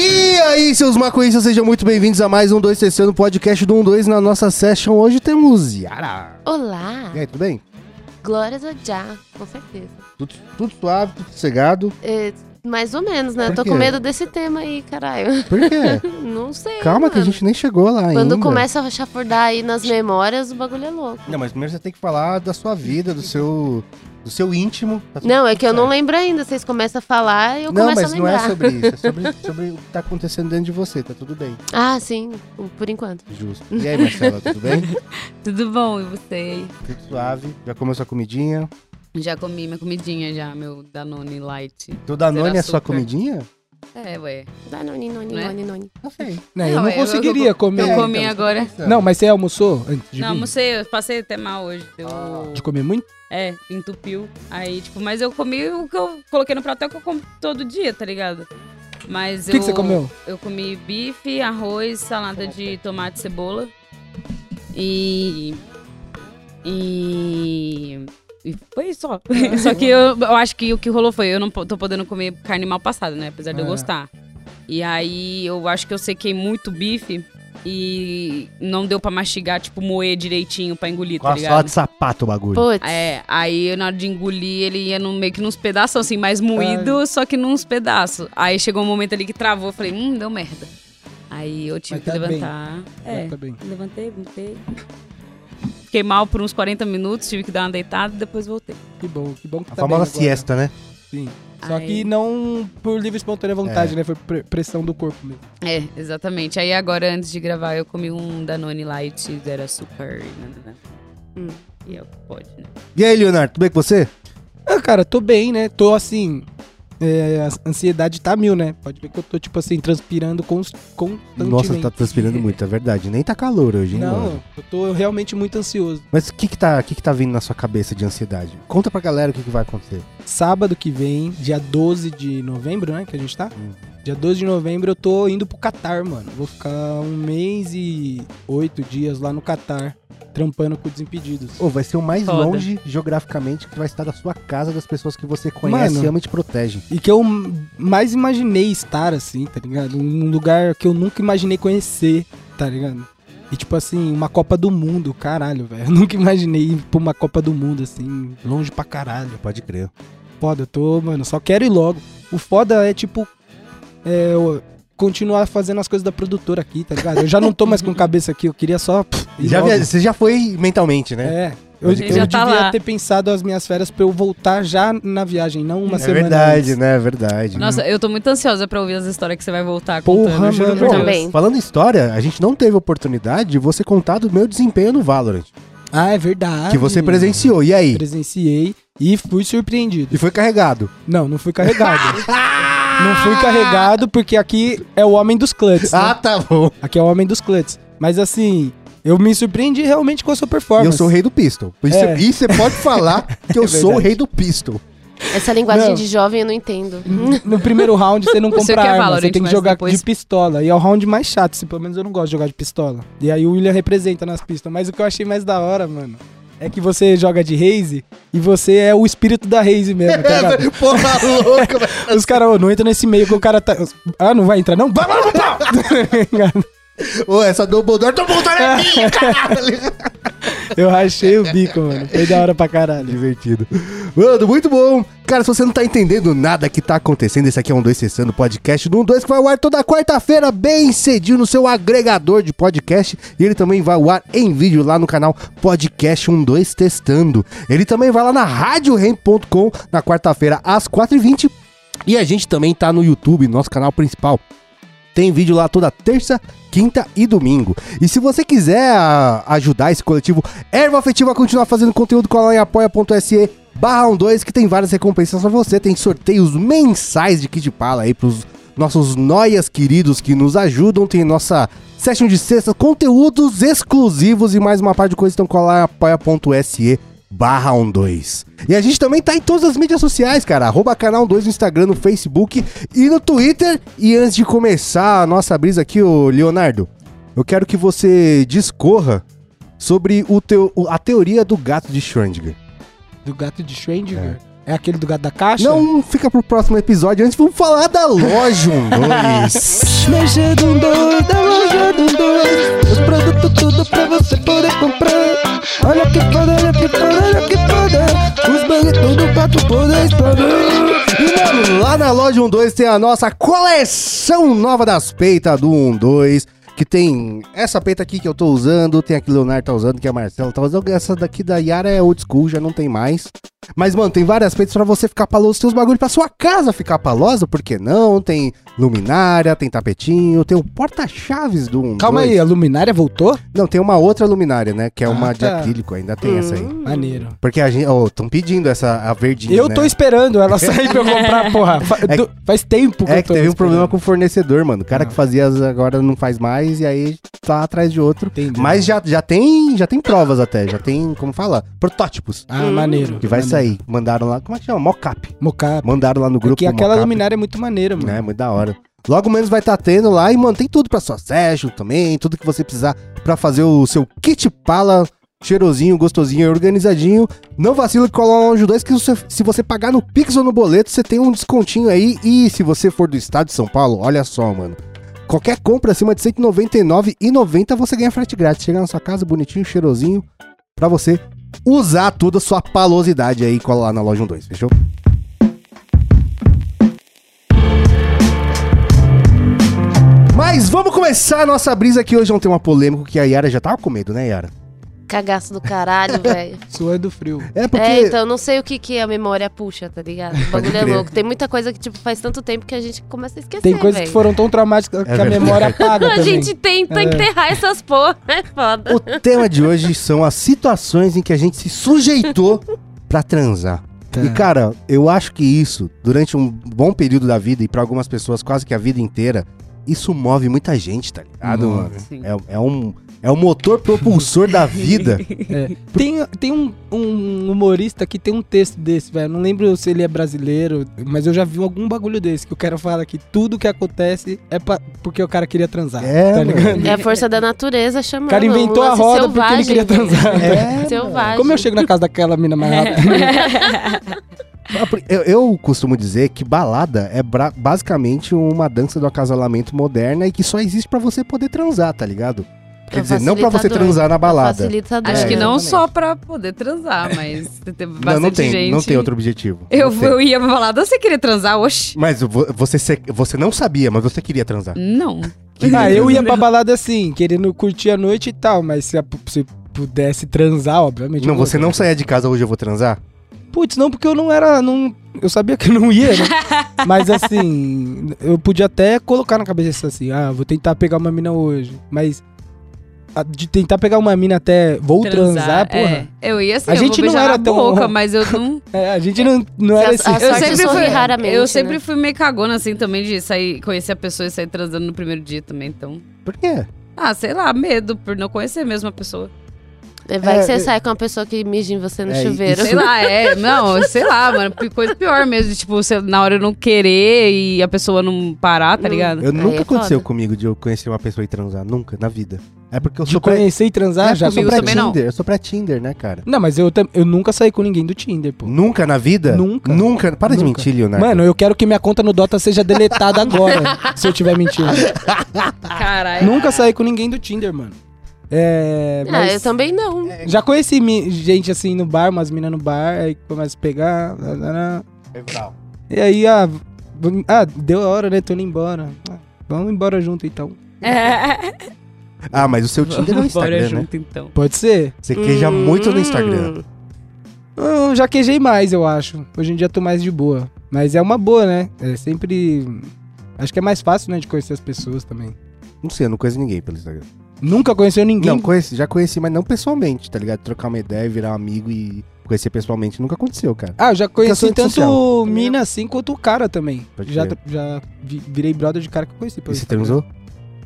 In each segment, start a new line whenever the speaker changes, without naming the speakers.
aí, seus maconhistas, sejam muito bem-vindos a mais um 2TC no podcast do 12. Na nossa session hoje temos Yara.
Olá!
E aí, tudo bem?
Glórias a Já, com certeza.
Tudo, tudo suave, tudo sossegado.
É, mais ou menos, né?
Por
Eu tô
quê?
com medo desse tema aí, caralho.
Por quê?
Não sei.
Calma que a
mano.
gente nem chegou lá ainda.
Quando começa a chafurdar aí nas memórias, o bagulho é louco.
Não, mas primeiro você tem que falar da sua vida, do seu, do seu íntimo. Tá tudo
Não, é que eu não
certo.
lembro ainda. Vocês começam a falar e eu
Não,
começo
mas
a
não
lembrar.
é sobre isso. É sobre, sobre o que tá acontecendo dentro de você. Tá tudo bem.
Ah, sim, por enquanto.
Justo. E aí, Marcela, tudo bem?
Tudo bom, e você?
Tudo suave. Já comeu sua comidinha?
Já comi minha comidinha já, meu Danone Light.
Teu Danone
Será
é sua
açúcar?
comidinha?
É, ué.
Danone, noni,
Né?
noni, noni.
Não sei.
Né, eu
Não,
não
eu- eu-
conseguiria comer.
Eu
É,
comi
então,
agora.
Não, mas você almoçou antes de, Ah.
Não,
vir?
almocei, eu passei até mal hoje. Deu...
de comer muito?
É, entupiu. Aí, tipo, mas eu comi o que eu coloquei no prato é o que eu como todo dia, tá ligado? Mas
O
eu.
que, que você comeu?
Eu comi bife, arroz, salada de tomate e cebola. E. E. E foi isso, só. só que eu, eu acho que o que rolou foi, eu não po- tô podendo comer carne mal passada, né? Apesar de eu
É.
gostar. E aí eu acho que eu sequei muito bife e não deu pra mastigar, tipo, moer direitinho pra engolir,
Com
tá
a
ligado?
sala de sapato o bagulho.
Putz.
É, aí na hora de engolir ele ia num- meio que nos pedaços, assim, mais moído, só que nos pedaços. Aí chegou um momento ali que travou, eu falei, hum, deu merda. Aí eu tive
Mas
que
tá bem.
levantar. É,
Ah, Tá bem.
levantei, voltei. Fiquei mal por uns 40 minutos, tive que dar uma deitada e depois voltei.
Que bom, que bom que
A
tá
famosa
bem agora.
siesta, né?
Sim. Só
Ai.
que não por livre e espontânea vontade,
É.
né? Foi pre- pressão do corpo mesmo.
É, exatamente. Aí agora, antes de gravar, eu comi um Danone Light, era super. né,
Hum.
E eu, pode, né?
E aí, Leonardo, tudo bem com você?
Ah, cara, tô bem, né? Tô assim. é, a ansiedade tá mil, né? Pode ver que eu tô, tipo assim, transpirando cons- constantemente.
Nossa, tá transpirando muito, é verdade. Nem tá calor hoje, hein,
Não,
mano?
eu tô realmente muito ansioso.
Mas o que que, tá, o que que tá vindo na sua cabeça de ansiedade? Conta pra galera o que que vai acontecer.
Sábado que vem, dia 12 de novembro, né? Que a gente tá?
Hum.
Dia 12 de novembro eu tô indo pro Catar, mano. Vou ficar um mês e oito dias lá no Catar, trampando com Desimpedidos.
Ô, vai ser o mais
Foda.
longe geograficamente que vai estar da sua casa, das pessoas que você conhece,
Mano.
ama e te protege.
E que eu mais imaginei estar, assim, tá ligado? Um lugar que eu nunca imaginei conhecer, tá ligado? E tipo assim, uma Copa do Mundo, caralho, velho. Eu nunca imaginei ir pra uma Copa do Mundo, assim, longe pra caralho.
Pode crer.
Foda, eu tô, mano, só quero ir logo. O foda é, tipo, é, eu continuar fazendo as coisas da produtora aqui, tá ligado? Eu já não tô mais com cabeça aqui, eu queria só. pff, ir
Já
logo.
via- você já foi mentalmente, né?
É. Eu,
Ele
eu
já
devia
tá lá.
ter pensado as minhas férias pra eu voltar já na viagem, não uma
É
semana.
verdade,
antes.
né? É verdade.
Nossa, eu tô muito ansiosa pra ouvir as histórias que você vai voltar
Porra,
contando. juro
mano.
por Deus.
Também.
Falando em história, a gente não teve oportunidade de você contar do meu desempenho no Valorant,
Ah, é verdade.
que você presenciou. E aí?
Presenciei e fui surpreendido.
E foi carregado.
Não, não fui carregado. não fui carregado porque aqui é o homem dos clutches. né?
Ah, tá bom.
Aqui é o homem dos clutches. Mas assim, eu me surpreendi realmente com a sua
E
performance.
eu sou o rei do pistol. Isso
É.
isso você pode falar que eu
É
sou o
verdade.
rei do pistol.
Essa linguagem
Não.
de jovem eu não entendo.
Hum.
Hum,
No primeiro round você não
Eu sei
compra
que é
arma,
Valorant,
você tem que
mas
jogar
depois-
de pistola. E é o round mais chato, se pelo menos eu não gosto de jogar de pistola. E aí o William representa nas pistas. Mas o que eu achei mais da hora, mano, é que você joga de Raze e você é o espírito da Raze mesmo, tá ligado?
porra louca, velho.
Os caras, ô, não entra nesse meio que o cara tá. Ah, não vai entrar, não? Vai, vai, vai, vai.
Ô, essa Dumbledore, Dumbledore é minha, caralho.
Eu rachei o bico, mano. Foi da hora pra caralho.
Divertido. Mano, muito bom. Cara, se você não tá entendendo nada que tá acontecendo, esse aqui é um 2 Sessando, podcast do 1 2 que vai ao ar toda quarta-feira, bem cedinho no seu agregador de podcast. E ele também vai ao ar em vídeo lá no canal Podcast 12 Testando. Ele também vai lá na RadioRem.com na quarta-feira às 4h20. E a gente também tá no YouTube, nosso canal principal. Tem vídeo lá toda terça, quinta e domingo. E se você quiser a- ajudar esse coletivo Erva Afetiva a continuar fazendo conteúdo, cola lá em apoia.se barra 12, que tem várias recompensas pra você. Tem sorteios mensais de kit pala aí pros nossos noias queridos que nos ajudam. Tem nossa session de sexta, conteúdos exclusivos e mais uma parte de coisa. Então cola lá em apoia.se barra 12. E a gente também tá em todas as mídias sociais, cara. Arroba canal 12 no Instagram, no Facebook e no Twitter. E antes de começar a nossa brisa aqui, ô Leonardo, eu quero que você discorra sobre o teu, o- a teoria do gato de Schrödinger.
Do gato de Schrödinger? É aquele do gato da caixa?
Não um fica pro próximo episódio. Antes vamos falar da Loja um 2.
Mexer um dois,
tá
da loja do
um
dois. Os produtos tudo pra você poder comprar. Olha que foda, olha que foda, olha que foda.
Os bang tudo pra tu poder explodir. E mano, lá na Loja 12 tem a nossa coleção nova das peitas do 12. Que tem essa peita aqui que eu tô usando, tem a que o Leonardo tá usando, que a Marcela tá usando. Essa daqui da Yara é old school, já não tem mais. Mas, mano, tem várias peitas pra você ficar paloso, seus bagulhos pra sua casa ficar palosa, por que não? Tem luminária, tem tapetinho, tem o porta-chaves do 12.
Calma aí, a luminária voltou?
Não, tem uma outra luminária, né? Que é
Ah,
uma de
tá.
acrílico, ainda tem essa aí.
Maneiro.
Porque a gente. Ó, estão pedindo essa a verdinha.
Eu
né?
tô esperando ela sair pra eu comprar, porra. Fa-
É
do- faz tempo que
É
eu
que
tô
teve um
esperando.
problema com o fornecedor, mano. O cara
né? Ah.
que fazia as agora não faz mais e aí tá atrás de outro.
Entendi.
Mas já, já tem já tem provas até, já tem, como fala, protótipos.
Ah, maneiro.
Que vai
maneiro.
sair. Mandaram lá, como é que chama? Mocap.
Mocap.
Mandaram lá no grupo.
Porque aquela
mocap. né?
luminária é muito maneira, mano.
É, muito da hora. Logo menos vai estar tendo lá e, mano, tem tudo pra sua session também, tudo que você precisar pra fazer o seu kit pala cheirosinho, gostosinho e organizadinho. Não vacila que cola lá no 2 é que você- se você pagar no Pix ou no boleto, você tem um descontinho aí. E se você for do estado de São Paulo, olha só, mano. Qualquer compra acima de R$ 199,90 você ganha frete grátis. Chega na sua casa bonitinho, cheirosinho, pra você usar toda a sua palosidade aí. Cola lá na loja 12, fechou? Mas vamos começar a nossa brisa aqui. Hoje é um tema polêmico que a Yara já tava com medo, né, Yara?
Cagaço do caralho, velho.
Suando frio.
É porque.
É, então, eu não sei o que, que a memória puxa, tá ligado? O bagulho é
crer.
louco. Tem muita coisa que, tipo, faz tanto tempo que a gente começa a esquecer,
Tem coisas
É, velho.
que foram tão traumáticas que a
É verdade.
memória apaga
A
também. É.
gente tenta enterrar essas porra, é foda.
O tema de hoje são as situações em que a gente se sujeitou pra transar.
Tá.
E cara, eu acho que isso, durante um bom período da vida e pra algumas pessoas quase que a vida inteira, isso move muita gente, tá ligado,
Move,
mano?
sim.
É, é um é o motor propulsor da vida.
Tem, tem um, um humorista que tem um texto desse, velho. Não lembro se ele é brasileiro, mas eu já vi algum bagulho desse que o cara fala que tudo que acontece é pra- porque o cara queria transar.
É,
tá
mano.
ligado?
É a força da natureza chamando.
O cara inventou
um
a
lance
roda
selvagem, É.
porque ele queria
velho.
transar.
É,
Selvagem.
Como eu chego na casa daquela mina mais
É.
rápido?
Ah, por- Eu, eu costumo dizer que balada é bra- basicamente uma dança do acasalamento moderna e que só existe pra você poder transar, tá ligado? Quer dizer, não pra você
É facilitador.
transar na balada.
Facilitador.
Acho
É,
que não
exatamente.
só pra poder transar, mas tem bastante
Não, não tem,
gente.
não tem outro objetivo.
Eu,
Não tem.
eu ia pra balada, você queria transar, oxe?
Mas vo- você, se- você não sabia, mas você queria transar.
Não.
ah, eu ia pra balada assim, querendo curtir a noite e tal, mas se, a- se pudesse transar, obviamente.
Não,
eu vou.
você não saía de casa hoje eu vou transar?
Putz, não, porque eu não era. Não, eu sabia que eu não ia, né? Mas assim, eu podia até colocar na cabeça assim, ah, vou tentar pegar uma mina hoje. Mas a- de tentar pegar uma mina até vou transar, porra.
É. Eu ia assim,
A
eu
gente
vou
não
beijar
era
na
tão-
boca, mas eu não...
É, a gente não, não
Se
era
a-
esse.
a
Eu
sorte
sempre,
sorri
fui,
raramente,
eu sempre
né?
fui meio cagona, assim, também, de sair, conhecer a pessoa e sair transando no primeiro dia também, então...
Por quê?
Ah, sei lá, medo por não conhecer mesmo a pessoa.
É, Vai
É,
que você
eu-
sai com uma pessoa que mija em você no
É,
chuveiro.
Sei lá, é. Não, sei lá, mano. pi- Coisa pior mesmo. de, Tipo, você, na hora eu não querer e a pessoa não parar, tá
Hum.
ligado?
Eu,
Aí
nunca
é
aconteceu
foda.
comigo de eu conhecer uma pessoa e transar. Nunca, na vida. É porque eu
De
sou pré...
conhecer e transar
é,
já
eu sou
sou
comigo
pré
pra
também não.
Tinder. Eu sou pré Tinder, né, cara?
Não, mas eu, tam- eu nunca saí com ninguém do Tinder, pô.
Nunca na vida?
Nunca.
Nunca. Para de
Nunca.
mentir, Leonardo.
Mano, eu quero que minha conta no Dota seja deletada agora, se eu tiver mentindo.
Caralho.
Nunca saí com ninguém do Tinder, mano. É.
Ah,
Mas...
eu também não.
Já conheci mi- gente assim no bar, umas minas no bar, aí começa a pegar. lá, lá, lá. E aí, ah, v- ah, deu a hora, né? Tô indo embora. Ah, vamos embora junto então.
É.
Ah, mas o seu Tinder é o
Vamos embora
Instagram, né?
junto, então.
Pode ser?
Você queja
Hum.
muito no Instagram.
Eu já queijei mais, eu acho. Hoje em dia tô mais de boa. Mas é uma boa, né? É sempre. Acho que é mais fácil, né? De conhecer as pessoas também.
Não sei, eu não conheço ninguém pelo Instagram.
Nunca conheceu ninguém.
Não, conheci, já conheci, mas não pessoalmente, tá ligado? Trocar uma ideia, virar um amigo e conhecer pessoalmente. Nunca aconteceu, cara.
Ah, eu já
sou
conheci
antissocial.
tanto mina assim quanto o cara também.
Pode
Já,
crer.
já vi- virei brother de cara que eu conheci. pelo
E você
Instagram.
transou?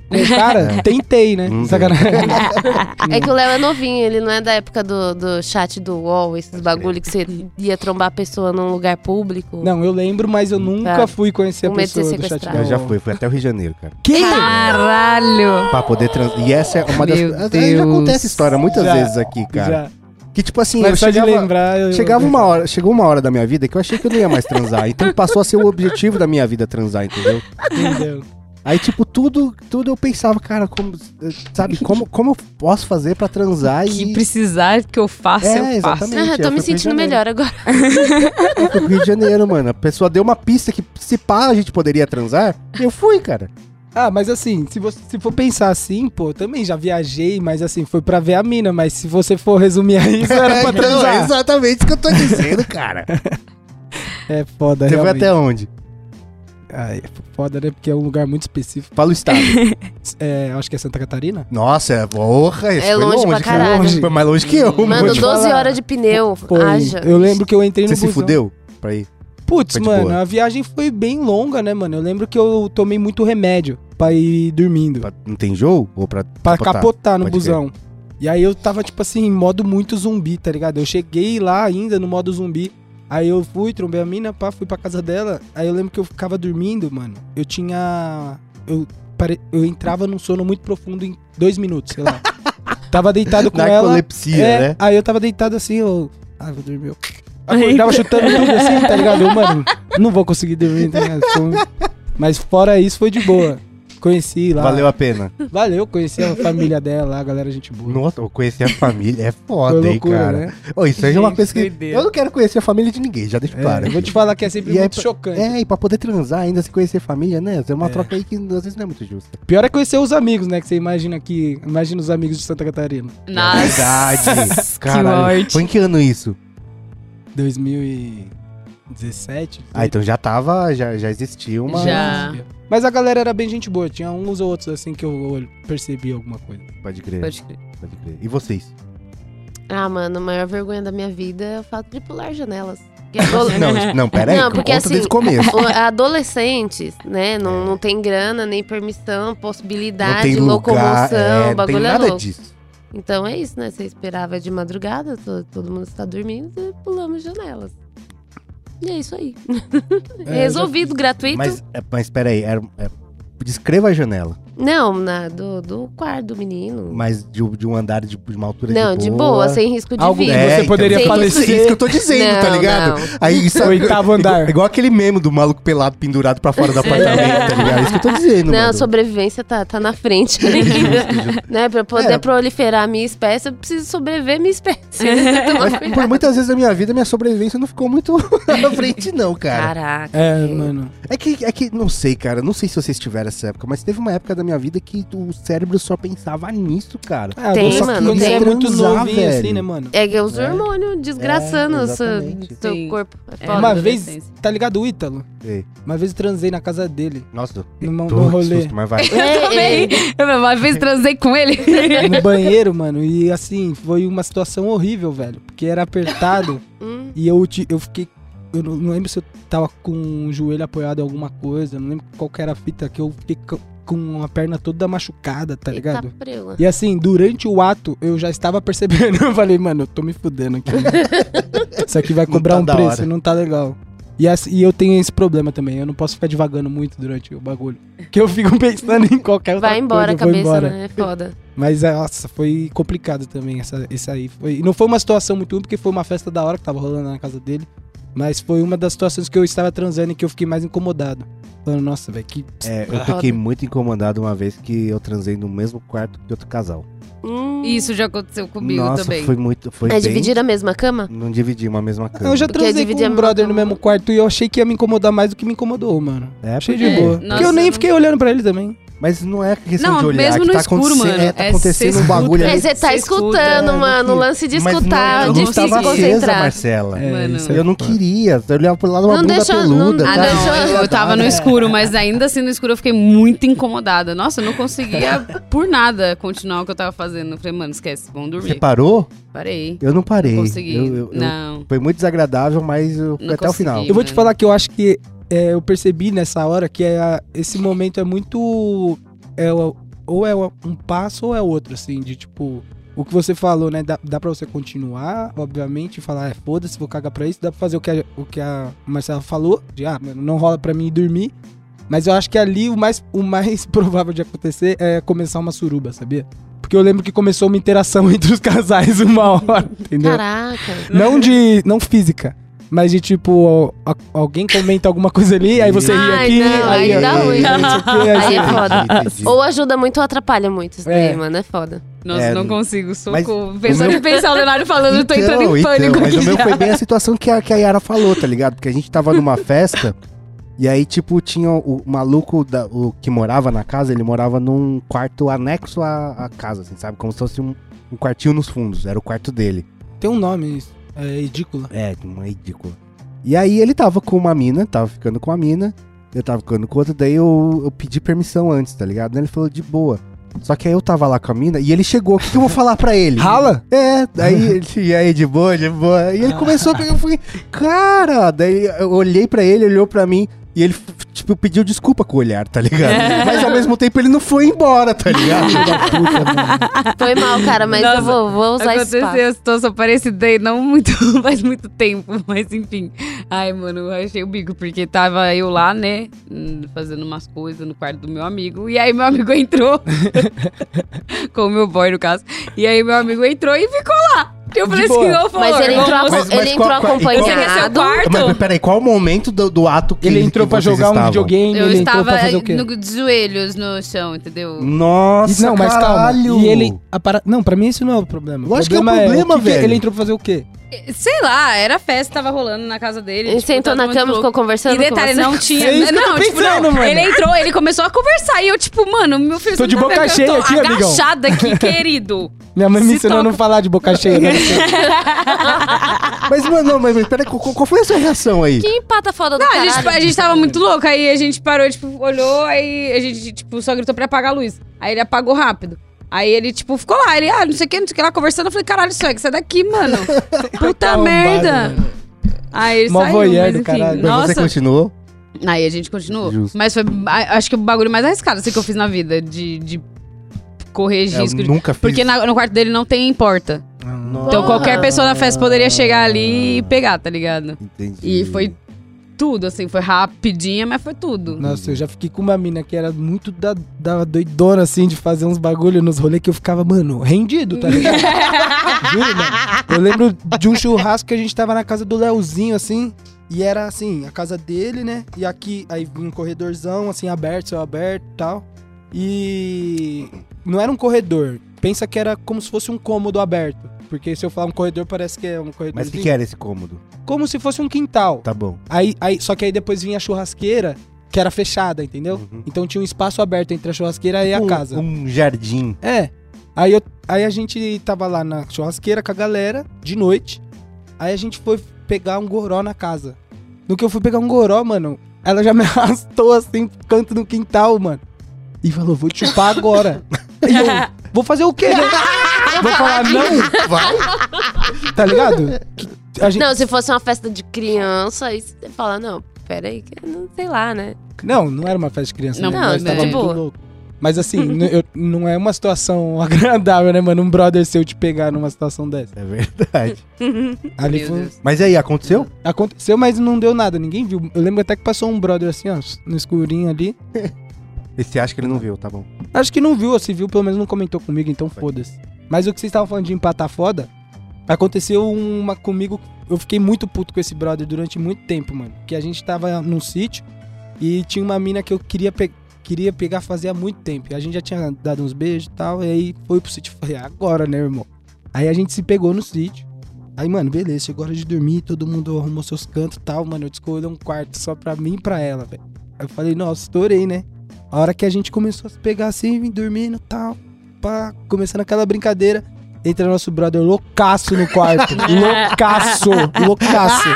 Com o É, cara, tentei, né?
Hum,
Sacanagem.
É que o Léo é novinho, ele não é da época do, do chat do UOL, esses bagulho que você ia trombar a pessoa num lugar público.
Não, eu lembro, mas eu nunca
Tá.
fui conhecer a
Com medo de ser
pessoa do chat.
sequestrado. Ah.
da
Eu já
UOL.
fui, fui até o Rio de Janeiro, cara.
Que?
Caralho.
Pra poder trans... E essa é uma das...
Meu
Ah, Já
Deus.
acontece essa história muitas
Já,
vezes aqui, cara.
Já.
Que tipo assim, eu
Mas só de
chegava,
lembrar. eu-
Chegava uma hora, chegou uma hora da minha vida que eu achei que eu não ia mais transar. Então passou a ser o objetivo da minha vida transar, entendeu?
Entendeu?
Aí, tipo, tudo, tudo eu pensava, cara, como, sabe, como, como eu posso fazer pra transar
Que
e.
precisar que eu faça,
É,
eu faço.
exatamente.
Ah,
é, foi pro
tô me
Rio de
sentindo
Janeiro.
melhor agora.
Eu fui pro Rio de Janeiro, mano. A pessoa deu uma pista que se pá a gente poderia transar. E eu fui, cara.
Ah, mas assim, se você se for pensar assim, pô, eu também já viajei, mas assim, foi pra ver a mina, mas se você for resumir aí, isso era
Então,
pra
é
transar.
exatamente isso que eu tô dizendo, cara.
É foda,
Você foi
realmente.
até onde?
Ah, é foda, né? Porque é um lugar muito específico.
Fala o estado.
É, acho que é Santa Catarina.
Nossa, é porra. isso
É
foi
longe pra
cara.
caralho.
Foi mais longe que eu,
Mano,
vou
12
te
falar.
horas de pneu.
Foi.
Haja.
Eu lembro que eu entrei
Você
no
se
busão.
fudeu pra ir?
Putz,
Foi de
mano,
boa.
a viagem foi bem longa, né, mano? Eu lembro que eu tomei muito remédio pra ir dormindo.
Pra- Não tem jogo? Ou pra
Pra
capotar?
capotar, no
Pode
busão. E aí eu tava, tipo assim, em modo muito zumbi, tá ligado? Eu cheguei lá ainda no modo zumbi. Aí eu fui, trombei a mina, pá, fui pra casa dela. Aí eu lembro que eu ficava dormindo, mano. Eu tinha. Eu, pare... eu entrava num sono muito profundo em dois minutos, sei lá. tava deitado com ela.
Narcolepsia,
É,
né?
Aí eu tava deitado assim, eu. Ah, vou dormir. Eu acordava chutando tudo assim, tá ligado? Eu, mano, não vou conseguir dormir, tá ligado? Foi- Mas fora isso, foi de boa. Conheci lá.
Valeu a pena.
Valeu, conheci a família dela, a galera gente boa.
Nossa, eu conhecer a família é foda,
Foi
hein,
loucura,
cara.
né?
Ô, isso aí é uma coisa que.
doideira.
Eu não quero conhecer a família de ninguém, já deixo
É,
claro.
eu vou
aqui.
te falar que é sempre
E aí,
muito
pra-
chocante.
É, e pra poder transar ainda sem conhecer família, né? É uma
É.
troca aí que às vezes não é muito justa.
Pior é conhecer os amigos, né? Que você imagina aqui. Imagina os amigos de Santa Catarina.
É
Nossa,
verdade.
que
Caralho.
morte.
Foi em que ano isso?
2017?
Ah, então já tava. Já, já existia uma.
Já.
Mas a galera era bem gente boa. Tinha uns ou outros assim que eu olho- percebi alguma coisa.
Pode crer, pode,
Pode crer.
crer. E vocês?
Ah, mano, a maior vergonha da minha vida é o fato de pular janelas. Porque adole-
Não, isso- não, pera aí.
Não,
que eu
porque
conto
assim-
desde o começo.
o- Adolescentes, né? Não, não tem grana, nem permissão,
É. Não
possibilidade,
tem lugar.
locomoção,
É, não
bagulho
tem
é
nada
louco.
disso.
Então é isso, né? Você esperava de madrugada, to- todo mundo está dormindo e pulamos janelas. E é isso aí.
É,
Resolvido, gratuito.
Mas, é, mas pera aí. Era, é, descreva a janela.
Não, na- do, do quarto do menino.
Mas de, de um andar de, de é, uma altura
não, de boa, sem risco de
Algo
vida.
que você poderia
Sem
isso,
falecer.
Né, então, isso que eu tô dizendo, tá
Não,
ligado?
não.
Aí isso
Oitavo andar.
Igual aquele meme do maluco pelado pendurado pra fora do apartamento, tá ligado? Isso que eu tô dizendo,
É. Não,
mano.
sobrevivência tá, tá na frente. ali. né? Pra poder
É.
proliferar a minha espécie, eu preciso sobreviver a minha espécie. Toma cuidado.
É, Por muitas vezes na minha vida, minha sobrevivência não ficou muito na frente, não, cara.
Caraca.
É,
velho.
mano.
É que, é que, não sei, cara. Não sei se vocês tiveram essa época, mas teve uma época da minha vida que o cérebro só pensava nisso, cara.
Ah,
Tem,
só que
mano,
Quando você
tem.
é muito
Transar,
novinho
velho.
assim, né, mano?
É que é os
É.
hormônios desgraçando
É,
o seu,
exatamente.
seu
Sim.
corpo. É
É,
foda.
Uma
da
vez,
adolescência.
tá ligado o Ítalo?
Ei,
Uma vez eu transei na casa dele,
É. nossa,
no, no
tô que
rolê.
susto, mas vai.
É, é.
Também.
Tá
Eu uma vez transei com ele.
no banheiro, mano. E assim, foi uma situação horrível, velho. Porque era apertado
Hum.
e eu, ti- eu fiquei. Eu não, não lembro se eu tava com o joelho apoiado em alguma coisa, não lembro qual que era a fita, que eu fiquei co- com a perna toda machucada, tá
Eita
ligado?
preula.
E assim, durante o ato, eu já estava percebendo. Eu falei, mano, eu tô me fudendo aqui. né? Isso aqui vai
Não
cobrar
tá
um
da
preço,
hora.
não tá legal. E, assim, e eu tenho esse problema também, eu não posso ficar devagando muito durante o bagulho. Que eu fico pensando em qualquer outra
Vai embora a
coisa, eu vou
cabeça,
embora.
né? É foda.
Mas, é, nossa, foi complicado também essa, esse aí. Foi, e não foi uma situação muito ruim, porque foi uma festa da hora que tava rolando na casa dele. Mas foi uma das situações que eu estava transando e que eu fiquei mais incomodado. Falando, nossa, velho, que...
É, eu fiquei muito incomodado uma vez que eu transei no mesmo quarto que outro casal.
Hum.
Isso já aconteceu comigo
nossa,
também.
foi muito. Foi
É
bem-
dividir a mesma cama?
Não dividi uma mesma cama.
Eu já
Porque
transei
dividir
com
a
um
mão
brother no
com a mão.
mesmo quarto e eu achei que ia me incomodar mais do que me incomodou, mano.
É,
Achei
porque-
de boa.
nossa,
porque eu nem
não-
fiquei olhando pra ele também.
Mas não é questão
Não,
de olhar,
mesmo
que
no
tá
escuro,
acontecendo,
mano.
é, tá
É,
acontecendo
cê
um bagulho
escuta.
ali.
Mas você tá
Você
escutando,
escuta,
mano, o
que-
lance de
Mas
escutar,
não, é,
de
eu
se
estava acesa,
concentrar.
Marcela.
É,
Mano.
isso é
Eu não
foda.
queria, eu olhava pro lado uma
Não
bunda
deixou-
peluda.
não-
Ah,
tá?
deixa
não, eu tava no
É.
escuro, mas ainda assim no escuro eu fiquei muito incomodada. Nossa, eu não conseguia por nada continuar o que eu tava fazendo. Eu falei, mano, esquece, vamos
Você
dormir.
parou?
Parei.
Eu não parei.
Consegui.
Eu- eu- eu-
não.
Foi muito desagradável, mas eu fui
Não
até o final.
consegui.
Eu vou te
mano.
falar que eu acho que é, eu percebi nessa hora que é, esse momento é muito. É, o- ou é um passo ou é outro, assim, de tipo. O que você falou, né? Dá, dá pra você continuar, obviamente, e falar, é foda-se, vou cagar pra isso. Dá pra fazer o que a, o que a Marcela falou, de ah, mano, não rola pra mim dormir. Mas eu acho que ali o mais, o mais provável de acontecer é começar uma suruba, sabia? Porque eu lembro que começou uma interação entre os casais uma hora, entendeu?
Caraca.
Não de. não física. Mas de tipo, ó, a- alguém comenta alguma coisa ali, aí você ri
Ai,
aqui.
não,
aí,
aí dá
aí,
ruim.
não sei o quê, aí
Aí é
você-
foda.
Entendi.
Ou ajuda muito ou atrapalha muito isso daí,
É.
mano. É foda.
Nossa,
É,
não consigo, socorro. Pensando
o meu-
em pensar o Leonardo falando, eu tô entrando em
então,
pânico
mas o
aqui
meu
já.
foi bem a situação que a, que a Yara falou, tá ligado? Porque a gente tava numa festa e aí, tipo, tinha o, o maluco da- o que morava na casa, ele morava num quarto anexo à, à casa, assim, sabe? Como se fosse um, um quartinho nos fundos, era o quarto dele.
Tem um nome, isso. É ridícula.
É, uma ridícula. E aí ele tava com uma mina, tava ficando com a mina, eu tava ficando com outra, daí eu, eu pedi permissão antes, tá ligado? Ele falou de boa. Só que aí eu tava lá com a mina e ele chegou, o que, que eu vou falar pra ele?
Rala?
É, daí, ele- e aí, de boa, de boa. E ele começou, eu fui, cara, daí eu olhei pra ele, olhou pra mim, e ele, tipo, pediu desculpa com o olhar, tá ligado?
É.
Mas ao mesmo tempo ele não foi embora, tá ligado? Filho da puta, mano.
Foi mal, cara, mas
Nossa,
eu vou, vou usar esse papo.
Aconteceu a situação parecida aí, não muito, faz muito tempo, mas enfim. Ai, mano, eu achei o bico, porque tava eu lá, né, hum, fazendo umas coisas no quarto do meu amigo, e aí meu amigo entrou, com o meu boy, no caso, e aí meu amigo entrou e ficou lá. Eu falei assim,
boa.
eu falou,
Mas ele entrou,
vamos...
Mas-
aco-
mas
ele entrou
qual- qual-
Você quer seu
acompanhado.
quarto?
Mas peraí, qual o momento do, do ato que
Ele entrou
que
pra
vocês
jogar um
estavam?
videogame,
Eu
ele entrou pra
estava
fazer o quê?
no, de joelhos no chão, entendeu?
Nossa,
não, mas
caralho.
calma. E ele. a para- Não, pra mim isso não é o problema.
Lógico que é o
o
problema,
que que
velho.
Ele entrou pra fazer o quê?
Sei lá, era festa, tava rolando na casa dele.
Ele
tipo,
sentou
todo
na
mundo
cama,
louco.
ficou conversando
E detalhe,
com você.
não tinha.
É isso que eu
não,
tô
tipo,
pensando,
não.
mano.
Ele entrou, ele começou a conversar e eu, tipo, mano, meu filho,
Tô
você
de
não tá
boca
vendo que
cheia
eu tô
aqui, amigão.
agachada aqui, querido.
Minha mãe me
Se
ensinou a não
toca.
falar de boca cheia. né?
Mas, mano, não, mas, mas peraí, qual, qual foi a sua reação aí?
Que empata foda do
Não, Ah, a
caralho.
gente, a gente tava muito louco, aí a gente parou, tipo, olhou, aí a gente, tipo, só gritou pra ele apagar a luz. Aí ele apagou rápido. Aí ele, tipo, ficou lá, ele, ah, não sei o que, não sei o que lá, conversando. Eu falei, caralho, Swag, sai daqui, mano. Puta
Arrombado,
Tá merda.
velho.
Aí ele
um Mó
saiu,
voyeur
mas
do
enfim.
caralho.
Mas você
Nossa,
continuou?
Aí a gente continuou.
Justo.
Mas foi, a- acho que o bagulho mais arriscado assim, que eu fiz na vida, de, de correr
É, Eu
risco. de-
nunca fiz. Ah,
Porque na- no quarto dele não tem porta. Então
Nossa.
qualquer pessoa na festa poderia chegar ali e pegar, tá ligado?
Entendi.
E foi tudo, assim, foi rapidinha, mas foi tudo.
Nossa, eu já fiquei com uma mina que era muito da, da doidona, assim, de fazer uns bagulho nos rolês que eu ficava, mano, rendido, tá ligado? Juro, mano. Eu lembro de um churrasco que a gente tava na casa do Leozinho, assim, e era assim, a casa dele, né? E aqui, aí vinha um corredorzão, assim, aberto, céu aberto e tal. E não era um corredor. Pensa que era como se fosse um cômodo aberto. Porque se eu falar um corredor, parece que é um corredor.
Mas o que, que era esse cômodo?
Como se fosse um quintal.
Tá bom.
Aí, aí, só que aí depois vinha a churrasqueira, que era fechada, entendeu?
Uhum.
Então tinha um espaço aberto entre a churrasqueira e É a
Um-
casa.
Um jardim.
É. Aí, eu, aí a gente tava lá na churrasqueira com a galera, de noite. Aí a gente foi pegar um goró na casa. No que eu fui pegar um goró, mano, ela já me arrastou assim pro canto do quintal, mano. E falou, vou te chupar agora. e eu, vou fazer o quê? vou falar não,
Vai.
tá ligado? Que- a gente-
Não, se fosse uma festa de criança, aí você fala, não, peraí, que eu não sei lá, né?
Não, não era uma festa de criança.
Não,
né?
não,
Nós
né?
tava
De
muito
boa.
louco. Mas assim, n- eu- não é uma situação agradável, né, mano? Um brother seu te pegar numa situação dessa.
É verdade.
Ali
Meu
foi, um
Deus.
Mas e aí, aconteceu?
aconteceu, mas não deu nada, ninguém viu. Eu lembro até que passou um brother assim, ó, no escurinho ali.
Esse acha que ele não viu, tá bom.
Acho que não viu, ou se viu, pelo menos não comentou comigo, então foda-se. Mas o que vocês estavam falando de empatar foda, aconteceu uma comigo. Eu fiquei muito puto com esse brother durante muito tempo, mano. Que a gente tava num sítio e tinha uma mina que eu queria, pe- queria pegar fazia muito tempo. E a gente já tinha dado uns beijos e tal, e aí foi pro sítio. Eu Falei, "Ah, agora, né, irmão? Aí a gente se pegou no sítio. Aí, mano, beleza, chegou a hora de dormir, todo mundo arrumou seus cantos e tal, mano. Eu escolhi um quarto só pra mim e pra ela, velho. Aí eu falei, nossa, estourei, né? A hora que a gente começou a se pegar assim, vim dormindo e tal, pá, começando aquela brincadeira, entra nosso brother loucaço no quarto. loucaço, loucaço.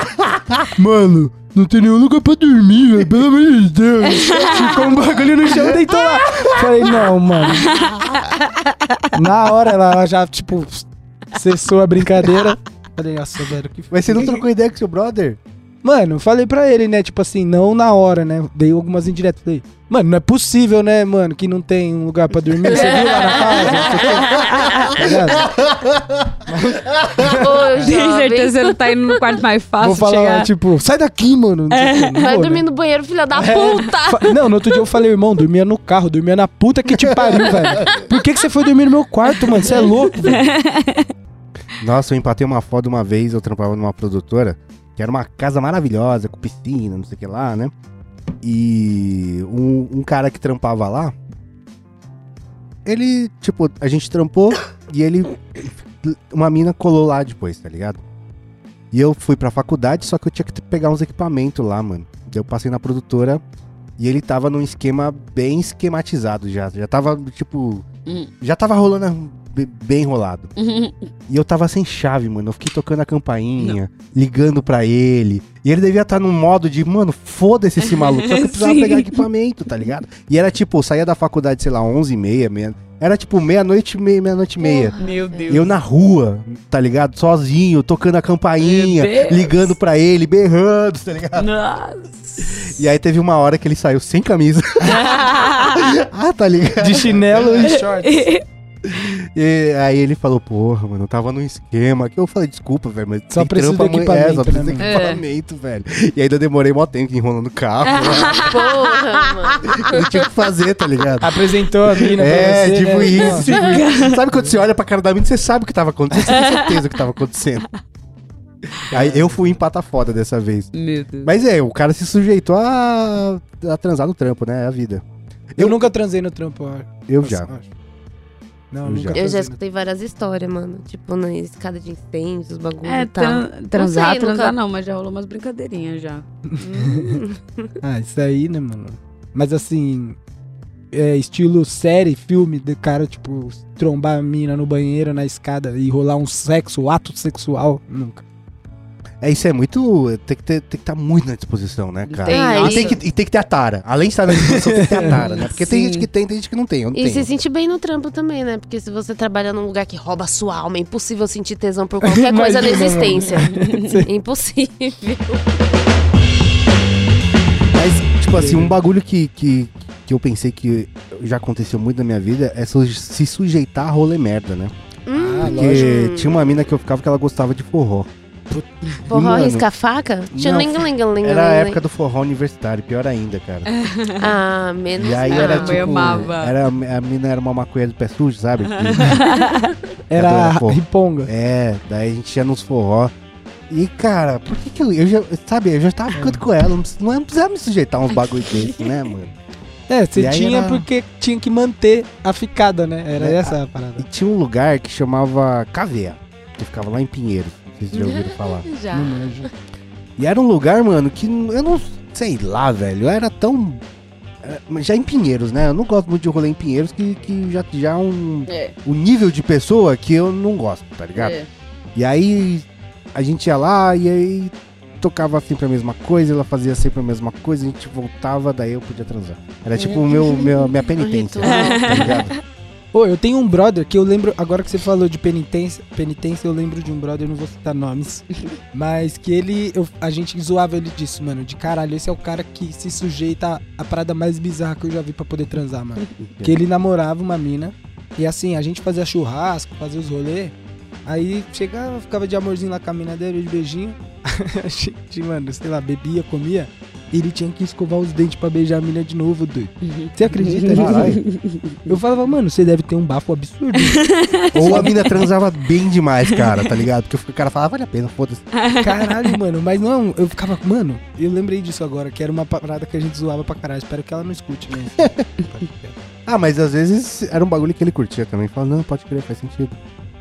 Mano, não tem nenhum lugar pra dormir, velho, pelo amor de Deus. Ficou um bagulho no chão e deitou lá. Falei, não, mano. Na hora ela já, tipo, cessou a brincadeira. Falei, nossa, velho, que
Mas você não trocou ideia com seu brother?
Mano, eu falei pra ele, né? Tipo assim, não na hora, né? Dei algumas indiretas. Falei, mano, não é possível, né, mano, que não tem um lugar pra dormir. Você viu lá na casa? Tá ligado?
Tá
Ô,
Tem certeza que
jovem.
você não tá indo no quarto mais fácil
Vou falar,
chegar.
tipo, sai daqui, mano. Não, sei o quê, não
É, Vai
vou,
dormir
né?
no banheiro, filha da puta!
Fa- Não, no outro dia eu falei, irmão, dormia no carro, dormia na puta que te pariu, velho. Por que, que você foi dormir no meu quarto, mano? Você é louco, velho.
Nossa, eu empatei uma foda uma vez, eu trampava numa produtora, que era uma casa maravilhosa, com piscina, não sei o que lá, né? E um, um cara que trampava lá, ele, tipo, a gente trampou e ele. Uma mina colou lá depois, tá ligado? E eu fui pra faculdade, só que eu tinha que pegar uns equipamentos lá, mano. Daí eu passei na produtora e ele tava num esquema bem esquematizado já. Já tava, tipo.
Hum.
Já tava rolando be- bem enrolado. E eu tava sem chave, mano. Eu fiquei tocando a campainha, ligando pra ele. E ele devia estar num modo de, mano, foda-se esse maluco. Só que eu precisava
Sim.
pegar equipamento, tá ligado? E era tipo, eu saía da faculdade, sei lá, 11 e meia, meia. Era tipo meia-noite, e meia, meia-noite e meia.
Meu Deus.
Eu na rua, tá ligado? Sozinho, tocando a campainha,
Meu Deus.
ligando pra ele, berrando, tá ligado?
Nossa.
E aí teve uma hora que ele saiu sem camisa. ah, tá ligado?
De chinelo e short.
E aí ele falou, porra, mano, eu tava num esquema. Que eu falei, desculpa, velho, mas
Só
tem
precisa do
trampa amanhã." É, só
equipamento,
precisa do
né,
mano?
equipamento, velho. E ainda demorei mó tempo enrolando o carro. né?
Porra, mano.
eu tinha o que fazer, tá ligado?
Apresentou a mina
É,
pra você,
tipo
né?
isso, tipo isso. Sabe quando você olha pra cara da mina, você sabe o que tava acontecendo, você tem certeza o que tava acontecendo. Aí eu fui empata foda dessa vez.
Meu Deus.
Mas é, o cara se sujeitou a, a transar no trampo, né? É a vida.
Eu nunca transei no trampo, ó.
Eu já.
Nossa, acho. Não,
Eu
nunca
já.
Eu já
transei no
escutei várias histórias, mano. Tipo, na escada de incêndios, os bagulho
É,
e tal.
tran- transar,
sei,
transar
nunca-
não, mas já rolou umas brincadeirinhas já.
Ah, isso aí, né, mano? Mas assim, é, estilo série, filme, do cara, tipo, trombar a mina no banheiro, na escada e rolar um sexo, ato sexual. Nunca.
É, isso é muito. Tem que ter- tem que estar muito na disposição, né, cara?
Tem,
Ah,
E
nossa.
tem, que, e tem que ter a tara. Além de estar na disposição, tem que ter a tara, né? Porque tem
Sim.
gente que tem, tem gente que não tem. Eu não
E
tenho.
se sentir bem no trampo também, né? Porque se você trabalha num lugar que rouba a sua alma, é impossível sentir tesão por qualquer coisa na
Imagina, mano.
existência. impossível.
Mas, tipo assim, um bagulho que, que, que eu pensei que já aconteceu muito na minha vida é su- se sujeitar a rolê merda, né?
Hum,
Ah,
Porque tinha uma mina que eu ficava que ela gostava de forró.
Forró
Mano.
risca a faca? Tchalingalingalingaling.
Era a época do forró universitário, pior ainda, cara.
Ah, menos
E aí
mal.
era
eu
tipo.
amava.
Era, a mina era uma maconha do pé sujo, sabe?
Era
Adoro, pô.
riponga.
É, daí a gente ia nos forró. E, cara, por que que eu, eu já, sabe, eu já tava ficando com ela, não precis- não precisava me sujeitar a uns bagulho desse, né, mano?
É, você
E aí
tinha
era-
porque tinha que manter a ficada, né? Era
É,
essa a
E
parada.
tinha um lugar que chamava Caveira, que ficava lá em Pinheiro, vocês já ouviram falar.
Já.
Não manjo.
E era um lugar, mano, que n- eu não sei lá, velho, eu era tão... era- mas Já em Pinheiros, né? Eu não gosto muito de rolê em Pinheiros, que, que já, já é um,
É,
um nível de pessoa que eu não gosto, tá ligado?
é.
E aí a gente ia lá e aí tocava sempre a mesma coisa, ela fazia sempre a mesma coisa, a gente voltava, daí eu podia transar. Era tipo o meu, meu- minha penitência.
ritual.
tá ligado?
Pô, eu tenho um brother que eu lembro, agora que você falou de penitência, penitência, eu lembro de um brother, eu não vou citar nomes, mas que ele, eu- a gente zoava ele disso, mano, de caralho, esse é o cara que se sujeita a, a parada mais bizarra que eu já vi pra poder transar, mano. Que ele namorava uma mina, e assim, a gente fazia churrasco, fazia os rolê, aí chegava, ficava de amorzinho lá com a mina dele, de beijinho, a gente, mano, sei lá, bebia, comia, e ele tinha que escovar os dentes pra beijar a mina de novo, doido. Você acredita nisso?
Caralho.
Eu falava, mano, você deve ter um bafo absurdo.
Ou a mina transava bem demais, cara, tá ligado? Porque o cara falava, vale a pena, foda-se.
Caralho, mano, mas não, eu ficava, mano, eu lembrei disso agora, que era uma parada que a gente zoava pra caralho. Espero que ela não escute, né?
Ah, mas às vezes era um bagulho que ele curtia também. Falava, não, pode crer, faz sentido.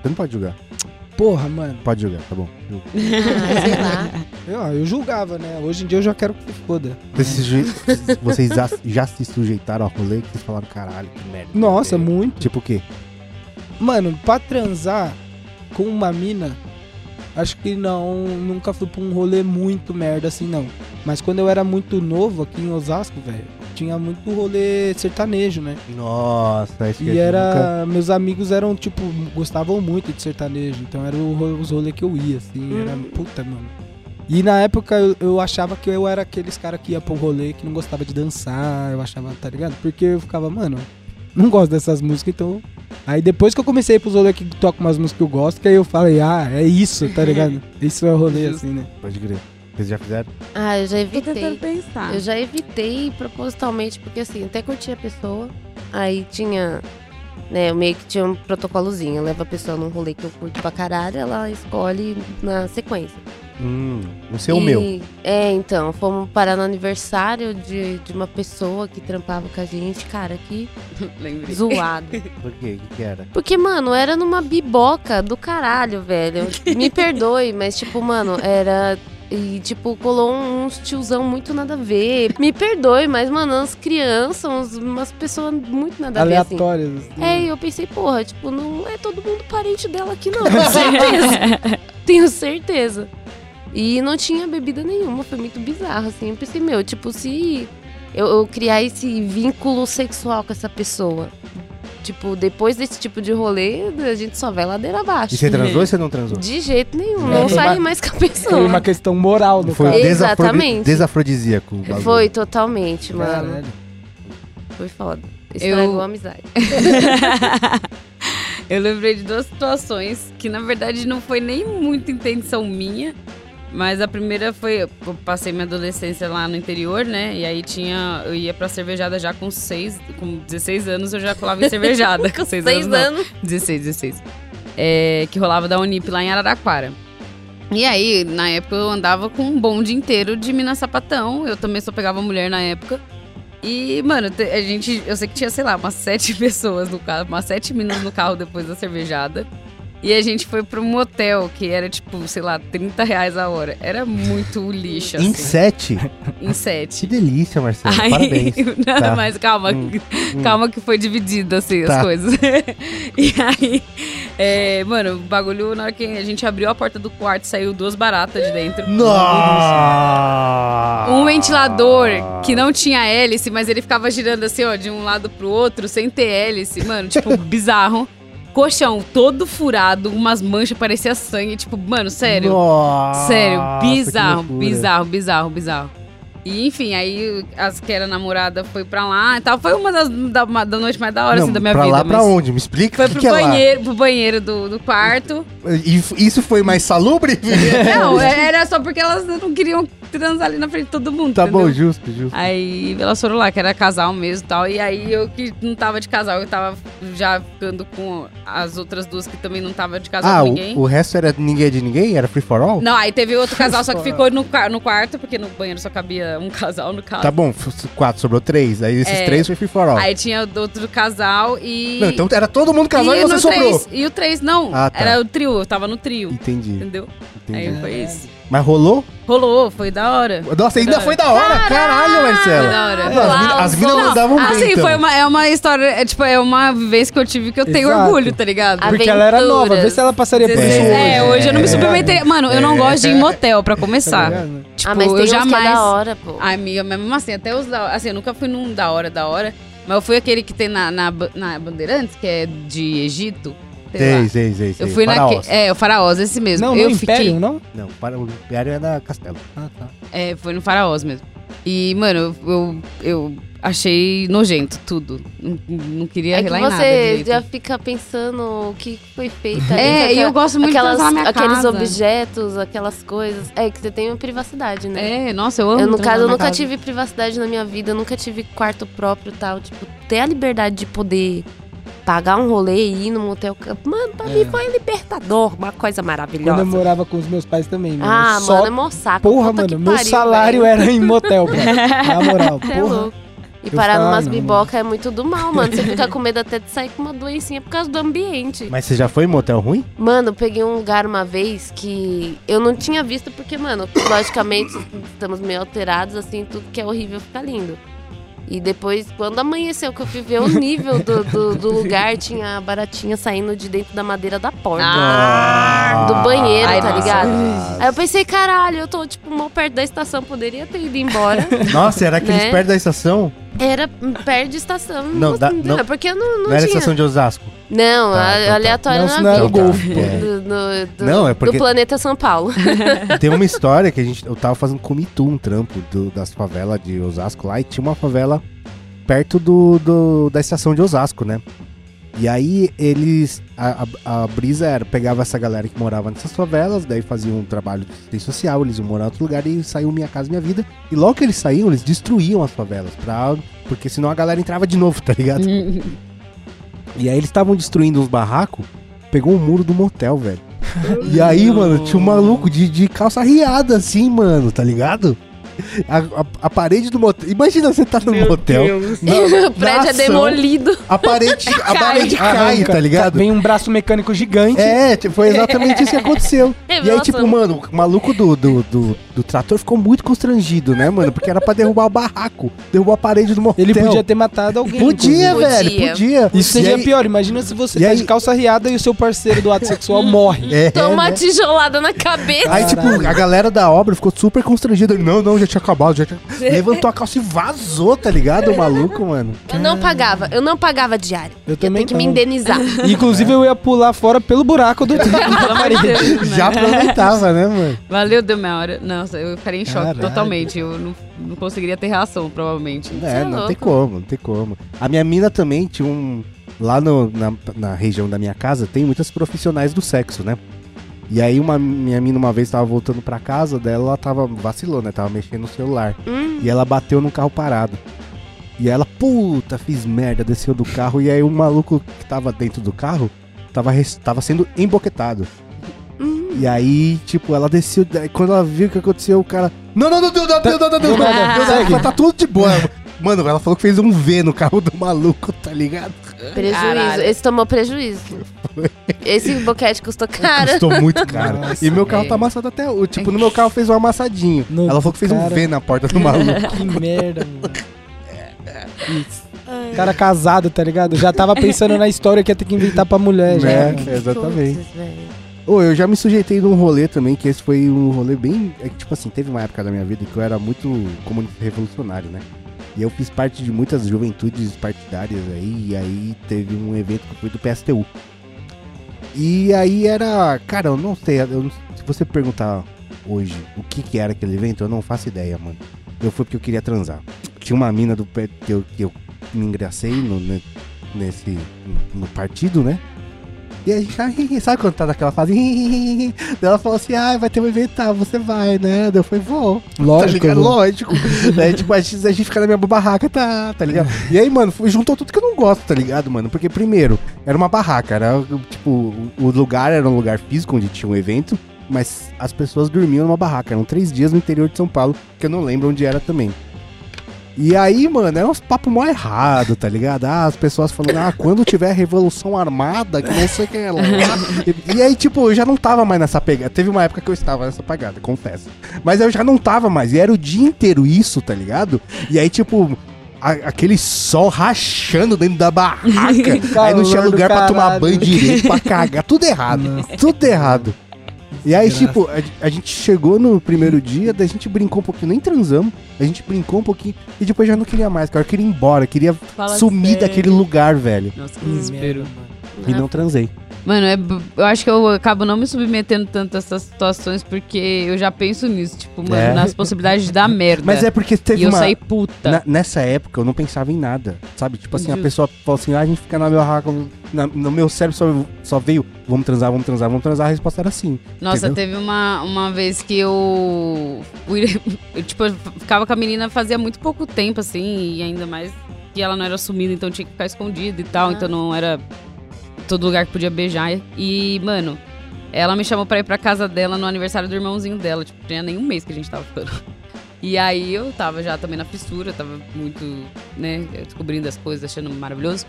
Você não pode julgar.
Porra, mano.
Pode julgar, tá bom.
Ah, sei lá.
Eu, eu julgava, né? Hoje em dia eu já quero que se foda.
Vocês, se suje- vocês já, já se sujeitaram ao rolê que vocês falaram, caralho, que merda.
Nossa, muito.
Tipo o quê?
Mano, pra transar com uma mina, acho que não, nunca fui pra um rolê muito merda assim, não. Mas quando eu era muito novo aqui em Osasco, velho, tinha muito rolê sertanejo, né?
Nossa, isso que
E era. Meus amigos eram, tipo,
Hum.
gostavam muito de sertanejo. Então era o ro- os rolês que eu ia, assim. Era. Puta, mano. E na época eu, eu achava que eu era aqueles cara que ia pro rolê que não gostava de dançar, eu achava, tá ligado? Porque eu ficava, mano, não gosto dessas músicas, então. Aí depois que eu comecei a ir pros rolê que toca umas músicas que eu gosto, que aí eu falei, ah, é isso, tá ligado? Isso é o rolê,
Justo.
assim, né?
Pode crer. Vocês já fizeram?
Ah, eu já
Tô tentando
evitei.
pensar.
Eu já evitei propositalmente, porque assim, até curti a pessoa. Aí tinha. Né, eu meio que tinha um protocolozinho. Eu levo a pessoa num rolê que eu curto pra caralho, ela escolhe na sequência.
Hum, não sei o
E-
meu.
É, então, fomos parar no aniversário de, de uma pessoa que trampava com a gente, cara, que
Lembrei.
zoado.
Por quê? O que, que era?
Porque, mano, era numa biboca do caralho, velho. Me perdoe, mas, tipo, mano, era. E, tipo, colou um- uns tiozão muito nada a ver. Me perdoe, mas, mano, umas crianças, uns- umas pessoas muito nada a ver, assim.
Aleatórias. assim.
É, e eu pensei, porra, tipo, não é todo mundo parente dela aqui, não. Tenho certeza. Tenho certeza. E não tinha bebida nenhuma, foi muito bizarro, assim. Eu pensei, meu, tipo, se eu, eu criar esse vínculo sexual com essa pessoa. Tipo, depois desse tipo de rolê, a gente só vai ladeira abaixo.
E você transou ou você não transou?
De jeito nenhum,
É,
não
foi
saí
uma-
mais com a
Foi uma
pessoa.
questão moral, no
Foi
caso.
desafro-
Exatamente.
desafrodisíaco. o é bagulho.
Foi totalmente, mano.
Caralho.
Foi foda. Estragou
Eu-
a amizade.
Eu lembrei de duas situações que, na verdade, não foi nem muita intenção minha. Mas a primeira foi, eu passei minha adolescência lá no interior, né? E aí tinha, eu ia pra cervejada já com seis, com 16 anos eu já colava em cervejada. com seis
Seis
não.
anos.
16, 16. É, que rolava da Unip lá em Araraquara. E aí, na época, eu andava com um bonde inteiro de mina sapatão. Eu também só pegava mulher na época. E, mano, te- a gente. Eu sei que tinha, sei lá, umas sete pessoas no carro, umas sete minas no carro depois da cervejada. E a gente foi pra um hotel que era, tipo, sei lá, 30 reais a hora. Era muito lixo,
Em
assim.
sete?
Em
Que
sete.
delícia, Marcelo.
Aí,
Parabéns.
não,
Tá.
mas calma,
Hum,
Calma que foi dividido, assim,
Tá.
as coisas. e aí, é, mano, o bagulho, na hora que a gente abriu a porta do quarto, saiu duas baratas de dentro.
Nossa!
Um ventilador que não tinha hélice, mas ele ficava girando assim, ó, de um lado pro outro, sem ter hélice. Mano, tipo, bizarro. Colchão todo furado, umas manchas, parecia sangue. Tipo, mano, sério.
Nossa,
Sério,
que
bizarro,
loucura.
bizarro, bizarro, bizarro. E enfim, aí as que era namorada foi pra lá e tal. Foi uma das da, uma- da noite mais da hora,
Não,
assim, da minha
pra
vida.
lá, pra
mas
onde? Me explica
Foi
o que
pro
que é lá.
banheiro, pro banheiro do, do quarto.
E f- Isso foi mais salubre? É,
Não, é, era só porque elas não queriam transar ali na frente de todo mundo.
tá bom,
entendeu?
justo, justo.
Aí elas foram lá, que era casal mesmo e tal. E aí eu que não tava de casal, eu tava já ficando com as outras duas que também não tava de
Ah,
casal com ninguém.
o, o resto era ninguém é de ninguém? Era free for all?
Não, aí teve outro casal, só que ficou no, qua- no quarto, porque no banheiro só cabia um casal no caso.
Tá bom, f- quatro, sobrou três. Aí esses
É.
três foi free for all.
Aí tinha o outro casal e.
Não, então era todo mundo casal e,
no
você sobrou.
três- e o três, não.
Ah, tá.
Era o trio, eu tava no trio.
Entendi,
Entendeu?
entendi.
Aí foi isso.
Mas rolou?
Rolou, foi da hora.
Nossa, ainda foi da hora! Caralho,
Foi
Marcela!
da hora.
Não, as mina- as minas
Não,
mandavam bem,
assim,
então.
foi uma, é uma história, é, tipo, é uma vez que eu tive que eu tenho
Exato.
orgulho, tá ligado?
A-
Porque ela era nova, vê
Aventuras.
se ela passaria por isso hoje.
16, é, hoje eu não me
É.
submeteria. Mano, eu não gosto de ir em motel, pra
Tá
começar.
ligado?
Tipo,
ah, mas tem
eu
uns que é
jamais.
da hora, pô.
Ai, amiga, mas mesmo assim, até os da Assim, eu nunca fui num da hora, da hora. Mas eu fui aquele que tem na, na, ba- na Bandeirantes, que é de Egito. sei lá.
Seis, seis, seis.
Eu
seis.
fui naquele.
Faraós.
É, o Faraós, esse mesmo.
Não,
eu
não, Império, não?
Não, para o Império é da Castelo.
Ah, tá.
É, foi no Faraós mesmo. E, mano, eu, eu, eu achei nojento tudo. Não, não queria
É que
relar em nada.
você
direito.
já fica pensando o que foi feito ali. com
É, e
aquela-
eu gosto muito
aquelas-
de transar na minha
Aqueles
casa.
objetos, aquelas coisas. É, que você tem uma privacidade, né?
É, nossa, eu amo.
Eu, no
transar
caso,
na
eu nunca
casa.
tive privacidade na minha vida, eu nunca tive quarto próprio e tal. Tipo, ter a liberdade de poder pagar um rolê e ir num hotel. Mano, pra mim foi libertador, uma coisa
É. Quando eu
é
maravilhosa.
morava com os meus pais também, mano.
Ah,
Só
mano, é mó saco.
Porra,
Puta que
mano, meu
pariu,
salário
velho.
era em motel, bro. Na moral,
Cê é
porra.
louco. E
Eu
parar
ficava,
numas
"Ah, não,
bibocas é muito do mal, mano. Você fica com medo até de sair com uma doencinha por causa do ambiente.
Mas você já foi em motel ruim?
Mano, eu peguei um lugar uma vez que eu não tinha visto, porque, mano, logicamente estamos meio alterados, assim, tudo que é horrível fica lindo. E depois, quando amanheceu, que eu fui ver o nível do, do, do lugar, tinha a baratinha saindo de dentro da madeira da porta.
Ah,
do banheiro,
Ai,
tá
nossa.
ligado? Aí eu pensei, caralho, eu tô, tipo, mal perto da estação, poderia ter ido embora.
Nossa, era aqueles
Né?
perto da estação?
Era perto de estação.
Não,
Não,
da-
não,
não-
porque eu não, não,
Não, era a
tinha.
estação de Osasco.
Não,
Tá,
a-
então tá.
aleatório
Não,
na
senão era o
vida.
Golfo, pô.
É.
Do, do- do-
Não, é porque-
do planeta São Paulo.
Tem uma história que a gente. Eu tava fazendo com o Mitu um trampo do- das favelas de Osasco lá e tinha uma favela perto do, do- da estação de Osasco, né? E aí eles. A, a- a brisa era, pegava essa galera que morava nessas favelas, daí faziam um trabalho de assistência social, eles iam morar em outro lugar e saiu Minha Casa Minha Vida. E logo que eles saíam, eles destruíam as favelas, pra, porque senão a galera entrava de novo, tá ligado? E aí eles estavam destruindo uns barracos, pegou o muro do motel, velho. E aí, mano, tinha um maluco de, de calça riada assim, mano, tá ligado? A, a- a parede do motel. Imagina você tá no motel. na-
o prédio
na
é
ação,
demolido.
A parede, a parede cai,
Arranca.
tá ligado?
Ah, Vem um braço mecânico gigante.
É, tipo, foi exatamente isso que aconteceu. E aí,
Nossa,
tipo, mano, o maluco do, do, do, do trator ficou muito constrangido, né, mano? Porque era pra derrubar o barraco, derrubou a parede do motel.
Ele podia ter matado alguém.
Então, Podia,
inclusive.
Podia.
velho, podia.
Isso
E
seria
aí-
pior. Imagina se você
E
tá
aí-
de calça riada e o seu parceiro do ato sexual morre.
É,
toma uma
né?
tijolada na cabeça.
Aí, tipo, a galera da obra ficou super constrangida. Ele, não, não, já tinha acabado, já tinha... Levantou a calça e vazou, tá ligado, o maluco, mano?
eu não pagava, eu não pagava diário.
Eu também
tenho que me
não.
indenizar.
É.
Inclusive, eu ia pular fora pelo buraco do da parede.
Já aproveitava, né, mano?
Valeu, deu minha hora. Nossa, eu ficaria em choque
Caralho.
totalmente. Eu não, não conseguiria ter reação, provavelmente.
É,
é
não
louco.
tem como, não tem como. A minha mina também tinha um... Lá no- na, na região da minha casa tem muitas profissionais do sexo, né? E aí uma, minha mina uma vez tava voltando pra casa dela, ela tava... Vacilou, né? Tava mexendo no celular.
Hum.
E ela bateu num carro parado. E ela, puta, fiz merda, desceu do carro. E aí o maluco que tava dentro do carro tava, res- tava sendo emboquetado. E aí, tipo, ela desceu. daí Quando ela viu o que aconteceu, o cara. Não, não, não, não, não, não, não, não, não, não, não, não, tá tudo de boa. Mano, ela falou que fez um V no carro do maluco, tá ligado?
Prejuízo.
Caralho.
Esse tomou prejuízo. Esse boquete custou caro.
Custou muito caro.
Nossa,
E meu carro tá
velho.
amassado até hoje. Tipo, no meu carro fez um amassadinho.
No
Ela falou que fez um
cara.
V na porta do maluco.
Que merda, mano. Isso. Cara casado, tá ligado? Já tava pensando na história que ia ter que inventar pra mulher, já. Tá
Né?
cara.
Exatamente.
Putz, velho.
Ô, eu já me sujeitei num rolê também, que esse foi um rolê bem. É que, tipo assim, teve uma época da minha vida que eu era muito comunista revolucionário, né? E eu fiz parte de muitas juventudes partidárias aí, e aí teve um evento que foi do PSTU. E aí era. Cara, eu não sei, eu não- se você perguntar hoje o que, que era aquele evento, eu não faço ideia, mano. Eu fui porque eu queria transar. Tinha uma mina do pé que eu, que eu me engracei no, ne- nesse. no partido, né? E a gente, ai, sabe quando tá naquela fase? Daí Ela falou assim, ai, vai ter um evento, tá, você vai, né? Daí eu falei, vou. Tá
Lógico.
ligado?
eu vou-
Lógico. Daí, tipo, a gente, a gente fica na minha barraca, tá, tá ligado? E aí, mano, foi- juntou tudo que eu não gosto, tá ligado, mano? Porque, primeiro, era uma barraca, era, tipo, o- o lugar era um lugar físico onde tinha um evento, mas as pessoas dormiam numa barraca. Eram três dias no interior de São Paulo, que eu não lembro onde era também. E aí, mano, era uns papo mó errado, tá ligado? Ah, as pessoas falando, ah, quando tiver revolução armada, que não sei o que é lá. E, e aí, tipo, eu já não tava mais nessa pegada. Teve uma época que eu estava nessa pegada, confesso. Mas eu já não tava mais. E era o dia inteiro isso, tá ligado? E aí, tipo, a- aquele sol rachando dentro da barraca. aí não tinha
Calor do
lugar pra tomar
caralho.
banho direito, pra cagar. Tudo errado. Tudo errado. E aí,
Desgraça.
tipo, a, a gente chegou no primeiro dia, daí a gente brincou um pouquinho, nem transamos, a gente brincou um pouquinho e depois já não queria mais, cara. Eu queria ir embora, eu queria
Fala
sumir
sério.
daquele lugar, velho.
Nossa, que
Que
desespero.
merda, mano.
E não transei.
Mano, é b- eu acho que eu acabo não me submetendo tanto a essas situações porque eu já penso nisso, tipo, mano,
É.
nas possibilidades de dar merda.
Mas é porque
e
teve
eu
uma.
saí puta.
Na- nessa época eu não pensava em nada, sabe? Tipo assim, a
Justo.
pessoa falou assim: ah, a gente fica na barraca, na- no meu cérebro só, só veio, vamos transar, vamos transar, vamos transar. A resposta era sim.
Nossa,
Entendeu?
teve uma, uma vez que eu, fui- eu, Tipo, eu ficava com a menina fazia muito pouco tempo, assim, e ainda mais que ela não era sumida, então tinha que ficar escondida e tal,
Ah.
então não era todo lugar que podia beijar. E, mano, ela me chamou pra ir pra casa dela no aniversário do irmãozinho dela, tipo, tinha nenhum mês que a gente tava ficando. E aí eu tava já também na fissura, tava muito, né, descobrindo as coisas, achando maravilhoso.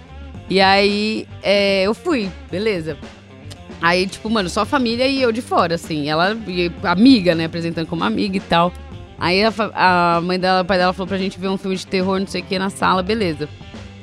E aí é, eu fui, beleza. Aí, tipo, mano, só a família e eu de fora, assim. Ela, e amiga, né, apresentando como amiga e tal. Aí a, fa- a mãe dela, o pai dela falou pra gente ver um filme de terror, não sei o que, na sala, beleza.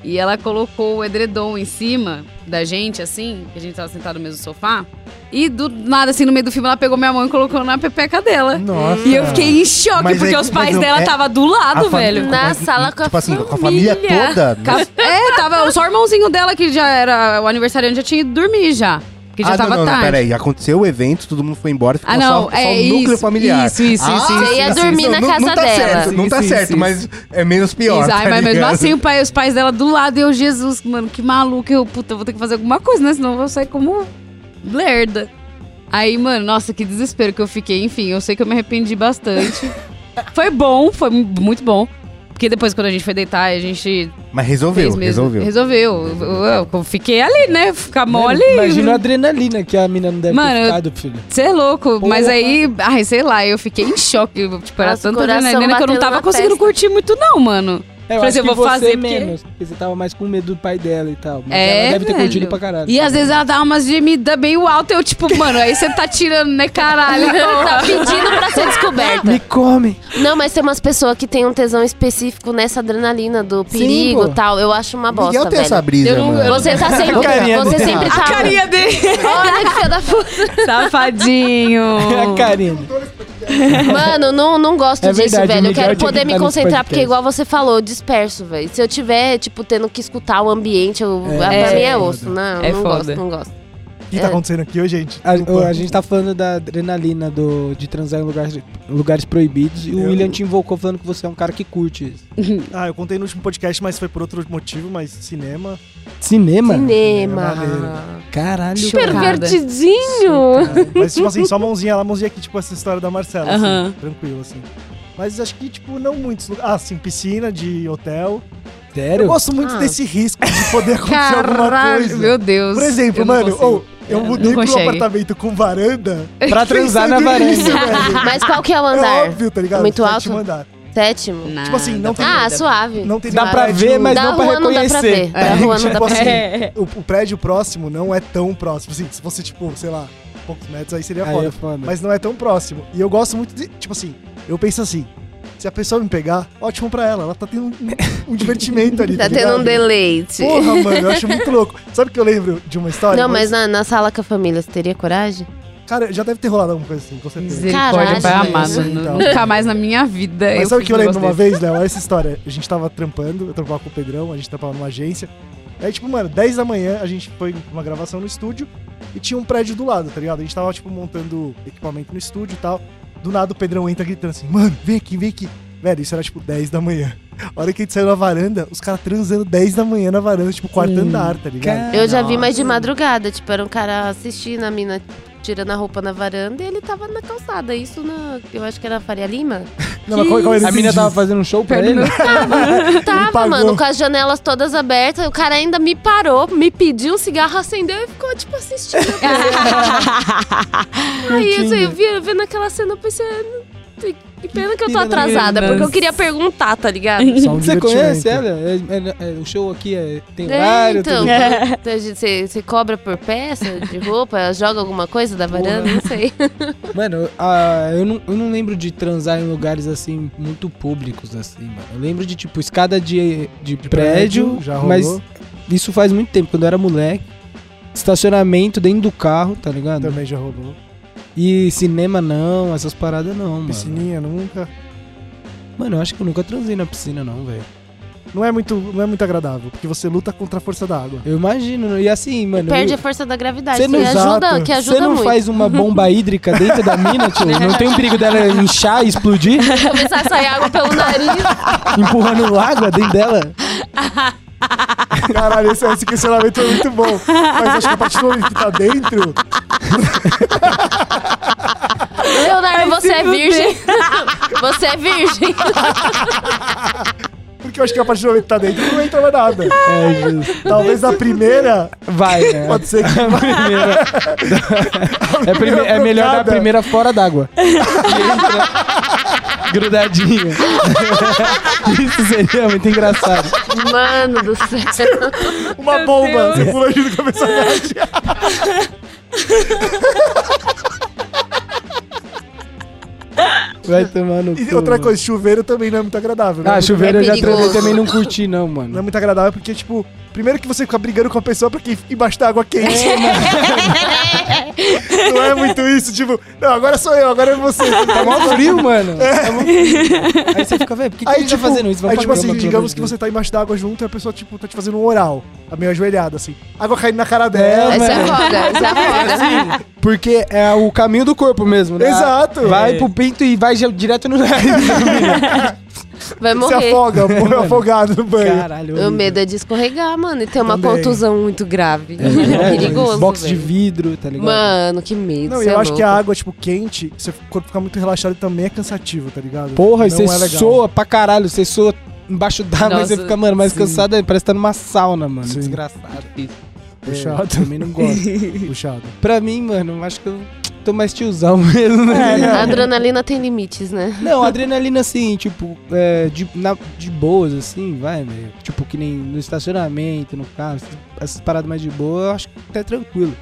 E ela colocou o edredom em cima da gente, assim, que a gente tava sentado no mesmo sofá. E do nada, assim, no meio do filme, ela pegou minha mão e colocou na pepeca dela.
Nossa.
E eu fiquei em choque,
Mas é
porque
que-
os
mas
pais
não,
dela
é-
tava do lado, velho.
Na sala com a
tipo assim, com a família
família.
toda. né?
Ca- É, tava só o irmãozinho dela que já era. O aniversariante já tinha ido dormir já. Porque já
ah,
tava
não, não, não,
tarde.
peraí. Aconteceu o evento, todo mundo foi embora, ficou
Ah, não,
só, só
é
o núcleo
isso,
familiar.
isso, isso,
ah,
isso,
Você ia
sim, sim,
dormir
sim.
na
não, não
casa
tá
dela.
Certo, não
Sim,
tá
sim,
certo,
sim.
mas é menos pior.
Isso, ai,
tá
mas mesmo
ligado?
assim o pai, os pais dela do lado e eu, Jesus, mano, que maluco. Eu, puta, eu vou ter que fazer alguma coisa, né? Senão eu vou sair como lerda. Aí, mano, nossa, que desespero que eu fiquei. Enfim, eu sei que eu me arrependi bastante. foi bom, foi mu- muito bom. Porque depois, quando a gente foi deitar, a gente
Mas
fez
resolveu,
mesmo.
resolveu.
Eu, eu- eu fiquei ali, né? Ficar mole. né?
Imagina a adrenalina que a mina não deve
Mano, eu-
ter ficado, filho.
Você é louco,
Porra.
mas aí, ai, sei lá, eu fiquei em choque. Tipo, era
Nossa, o
tanta
coração
adrenalina que eu não
batendo
tava
na
conseguindo
testa.
curtir muito, não, mano.
É,
Falei assim, eu
que
vou
você
fazer porque-
menos, porque... você tava mais com medo do pai dela e tal. Mas
É,
ela deve ter
velho.
curtido pra caralho.
E às vezes ela dá umas gemidas meio alta, eu, tipo, mano, aí você tá tirando, né, caralho?
Tá pedindo pra ser descoberta.
Tá
tá-
Me come!
Não, mas tem umas pessoas que tem um tesão específico nessa adrenalina do perigo
pô.
e tal. Eu acho uma bosta,
Miguel tem
velho.
essa brisa,
Eu não-
mano.
Você tá sempre.
carinha
Você
dele.
sempre tá.
A carinha dele!
Olha que filha da puta.
Safadinho!
a Karine.
Mano, não, não gosto
É
disso,
verdade,
velho.
o
Eu
Miguel
quero
tinha que
poder me
estar nesse
concentrar, porque
podcast.
igual você falou, eu disperso, velho. Se eu tiver, tipo, tendo que escutar o ambiente, eu,
É,
pra
é
mim é
foda.
osso. Não,
É
não
foda.
gosto, não gosto.
O que tá acontecendo aqui, ô, gente?
A,
Desculpa.
a gente tá falando da adrenalina do, de transar em lugares, lugares proibidos e o
Eu-
William te invocou falando que você é um cara que curte isso.
Ah, eu contei no último podcast, mas foi por outro motivo, mas cinema. é
Cinema? é
Cinema.
Caralho.
Chocada.
Pervertidinho.
cara. mas, tipo assim, só a mãozinha lá, a mãozinha aqui, tipo essa história da Marcela,
Aham.
assim, tranquilo, assim. Mas acho que, tipo, não muitos lugares. Ah, sim, piscina de hotel. Eu
Sério?
gosto muito
Ah.
desse risco de poder acontecer alguma
Caralho,
coisa.
meu Deus.
Por exemplo,
eu não
mano,
consigo.
ou eu
Não
mudei pro
consegue.
apartamento com varanda
Pra transar na
pensando
varanda.
nisso, velho.
Mas qual que é o
É
andar?
óbvio, tá ligado?
Muito
Vai te
alto?
mandar.
Sétimo?
Nada.
Tipo assim, não tem-
Ah, suave.
Não tem
Dá
nada,
pra
é,
ver,
tipo,
mas
da
não pra
rua não dá pra
reconhecer. É,
ver. Da rua não dá
Tipo
pra
assim,
ver.
É.
o, o prédio próximo não é tão próximo. Assim, se fosse, tipo, sei lá, poucos metros, aí seria
Aí
foda.
é foda.
Mas não é tão próximo. E eu gosto muito de. Tipo assim, eu penso assim: se a pessoa me pegar, ótimo pra ela. Ela tá tendo um, um divertimento ali.
Tá tendo um
ligado?
deleite.
Porra, mano, eu acho muito louco. Sabe o que eu lembro de uma história?
Não, mas na, na sala com a família, você teria coragem?
Cara, já deve ter rolado alguma coisa assim, com certeza.
Misericórdia,
Caralho,
vai
velho.
amar, mano.
Então.
Nunca mais na minha vida.
Mas
eu
sabe o que eu
fiz um
lembro uma
negócio
vez, Léo? Olha essa história. A gente tava trampando, eu trampava com o Pedrão, a gente trampava numa agência. Aí, tipo, mano, 10 da manhã a gente foi pra uma gravação no estúdio e tinha um prédio do lado, tá ligado? A gente tava, tipo, montando equipamento no estúdio e tal. Do nada o Pedrão entra gritando assim, mano, vem aqui, vem aqui. Velho, isso era tipo 10 da manhã. A hora que a gente saiu na varanda, os caras transando 10 da manhã na varanda, tipo, quarto
Hum,
andar, tá ligado?
cara.
Eu já vi
Nossa.
mais de madrugada, tipo, era um cara assistindo a mina tirando a roupa na varanda e ele tava na calçada. Isso na. Eu acho que era na Faria Lima?
Não, mas qual, qual era
A
esse
mina
dia?
tava fazendo um show pra
Perto do
ele?
meu
Tava,
pagou.
mano, com as janelas todas abertas. O cara ainda me parou, me pediu um cigarro, acendeu e ficou, tipo, assistindo. Eu pensei, Aí assim, eu vi, vendo aquela cena, eu pensei. "Ah, "Não, Que pena que eu tô
Filha da
atrasada,
menina.
porque eu queria perguntar, tá ligado?
Só um
Você conhece
divertimento.
ela? É- é- é- o show aqui é, tem
É,
horário,
então,
tudo.
então, a gente- você, você cobra por peça de roupa, joga alguma coisa da varanda, não sei.
Mano, eu- ah, eu, não, eu não lembro de transar em lugares assim, muito públicos, assim, mano. Eu lembro de, tipo, escada de, de, prédio,
já
mas
rolou.
isso faz muito tempo, quando eu era moleque. Estacionamento dentro do carro, tá ligado?
Também já rolou.
E cinema não, essas paradas não, mano.
Piscininha, nunca.
Mano, eu acho que eu nunca transei na piscina, não, velho.
Não é, muito, não é muito agradável, porque você luta contra a força da água.
Eu imagino, e assim, mano.
Perde
eu-
a força da gravidade. Você
Cê não-
ajuda, que
Você
ajuda
não
muito.
faz uma bomba hídrica dentro da mina, tio? Não tem o perigo dela inchar e explodir?
Começar a sair água pelo nariz.
empurrando água dentro dela?
Caralho, esse, esse questionamento é muito bom. Mas acho que a partir do momento que tá dentro,
Leonardo, você é virgem. Você é virgem.
porque eu acho que a partir do momento que tá dentro não entra mais nada.
É, justo.
Talvez na primeira,
Vai, né?
pode ser que.
A primeira. É, prime- é melhor da
pancada.
primeira fora d'água. Grudadinha. Isso seria muito engraçado.
Mano do céu.
Uma
Meu
bomba,
Deus.
você pula junto com a pessoa.
Vai tomar no
E
cu,
outra
mano.
coisa, chuveiro também não é muito agradável. né?
Ah, chuveiro
É
eu já
perigoso.
treinei também não curti, não,
Não é
mano.
muito agradável porque, tipo, primeiro que você fica brigando com a pessoa porque embaixo da água quente. não é muito isso, tipo, não, agora sou eu, agora é você.
Tá mó frio, mano. Tá mó frio. Aí você fica, velho, por que, que a gente tá fazendo isso?
É. aí,
pra
tipo assim,
cama, pelo
digamos
amor de
que
Deus.
você tá embaixo da água junto e a pessoa, tipo, tá te fazendo um oral. A meio ajoelhada, assim. Água caindo na cara dela.
Essa é
mano.
foda, essa é foda.
Porque é o caminho do corpo mesmo, né?
Exato. É.
Vai pro pinto e vai ge- direto no nariz.
Vai
Se
morrer.
afoga, morre afogado no banho.
Caralho.
Meu medo é de escorregar, mano, e ter uma
Também.
contusão muito grave.
É,
É, perigoso.
Box de
velho.
vidro, tá ligado?
Mano, que medo.
né? Não,
cê
e eu
é
acho que a
louco.
água, tipo, quente, seu corpo fica muito relaxado e também é cansativo, tá ligado?
Porra, e
Não
você
é legal.
soa pra caralho, você soa embaixo d'água e
Nossa,
você fica, mano, mais
sim.
cansado, aí, parece que tá numa sauna, mano.
Sim.
Desgraçado.
Puxado.
É, também não gosto.
Puxado.
pra mim, mano, eu acho que eu tô mais tiozão mesmo,
É,
né?
A adrenalina tem limites, né?
Tá,
Não, adrenalina assim, tipo, é, de, na- de boas, assim, vai, velho. Tipo, que nem no estacionamento, no carro, essas- essas paradas mais de boa, eu acho que tá tranquilo.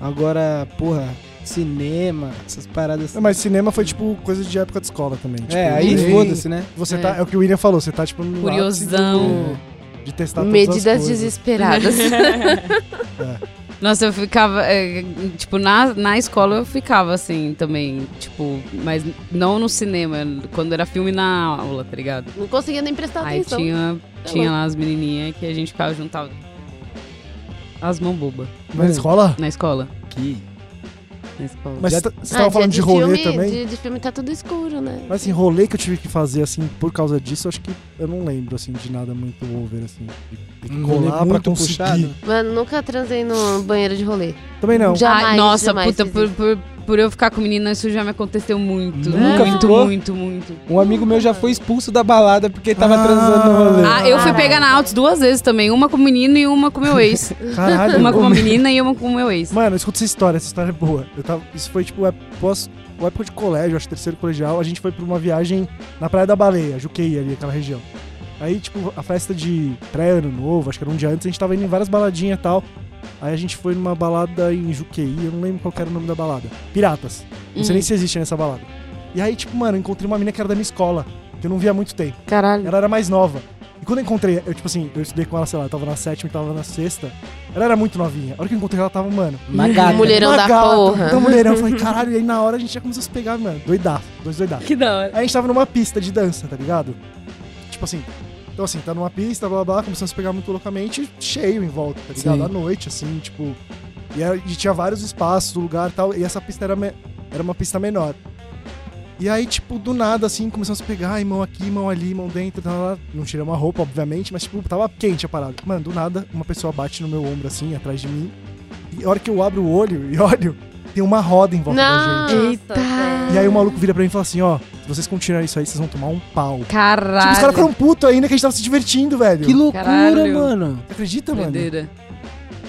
Agora, porra, cinema, essas paradas assim.
Não, Mas cinema foi, tipo, coisa de época de escola também. tipo,
é, aí
nem-
foda-se, né?
Você
É.
tá, é o que o William falou, você tá, tipo, no
Curiosão.
ápice do- De testar todas tá, as
Medidas
coisas.
desesperadas.
Nossa, eu ficava. é, tipo, na, na escola eu ficava assim também. Tipo, mas não no cinema. Quando era filme na aula, tá ligado?
Não conseguia nem prestar
Aí
atenção.
tinha,
Tá
tinha lá as menininhas que a gente ficava juntava. As mãos bobas.
Na escola?
Na escola.
Que
Na escola.
Mas
Já-
você tá- você
Ah,
tava
dia
falando de rolê
filme,
também?
De, de filme tá tudo escuro, né?
Mas assim, rolê que eu tive que fazer, assim, por causa disso, eu acho que eu não lembro, assim, de nada muito over, assim. De ter que
Um rolê
colar pra
muito
conseguir.
puxado.
Mano, nunca transei no banheiro de rolê.
Também não.
Já- Jamais,
Ai, nossa,
jamais
puta,
fiz
por, por, por eu ficar com menina, isso já me aconteceu muito.
Nunca
muito,
ficou?
muito, muito.
Um amigo meu já foi expulso da balada porque tava transando no rolê.
Ah, eu fui
Caralho.
pegar na Altos duas vezes também. Uma com o menino e uma com o meu ex.
Caralho.
uma com uma menina e uma com o meu ex.
Mano, escuta essa história, essa história é boa. Eu tava, isso foi tipo ép- pós, uma época de colégio, acho terceiro colegial, a gente foi pra uma viagem na Praia da Baleia, Juqueí ali, aquela região. Aí, tipo, a festa de pré-ano novo, acho que era um dia antes, a gente tava indo em várias baladinhas e tal. Aí a gente foi numa balada em Juqueí, eu não lembro qual que era o nome da balada. Piratas. Não sei nem se existe nessa balada. E aí, tipo, mano, eu encontrei uma mina que era da minha escola, que eu não via há muito tempo.
Caralho.
Ela era mais nova. E quando eu encontrei, eu, tipo assim, eu estudei com ela, sei lá, eu tava na sétima e tava na sexta. Ela era muito novinha. A hora que eu encontrei ela, tava, mano.
Uma gata.
Mulherão
uma
da
gata,
porra.
puta mulherão. Eu falei, caralho, e aí na hora a gente já começou a se pegar, mano. Doidaço, dois doidaços.
Que da hora.
Aí a gente tava numa pista de dança, tá ligado? Tipo assim. Então assim, tá numa pista, blá blá, blá começamos a se pegar muito loucamente, cheio em volta, tá ligado?
Sim.
À noite, assim, tipo. E, era- e tinha vários espaços, lugar e tal. E essa pista era, me- era uma pista menor. E aí, tipo, do nada, assim, começamos a se pegar, e mão aqui, mão ali, mão dentro, tá, lá. não tirei uma roupa, obviamente, mas, tipo, tava quente a parada. Mano, do nada, uma pessoa bate no meu ombro, assim, atrás de mim, e a hora que eu abro o olho e olho, tem uma roda em volta da gente.
Nossa,
Eita.
velho.
E aí o maluco vira pra mim e fala assim, ó, se vocês continuarem isso aí, vocês vão tomar um pau. Tipo, os
Caralho.
caras ficaram putos ainda que a gente tava se divertindo, velho.
Que loucura,
Caralho.
mano.
Você acredita, mano?
Doideira.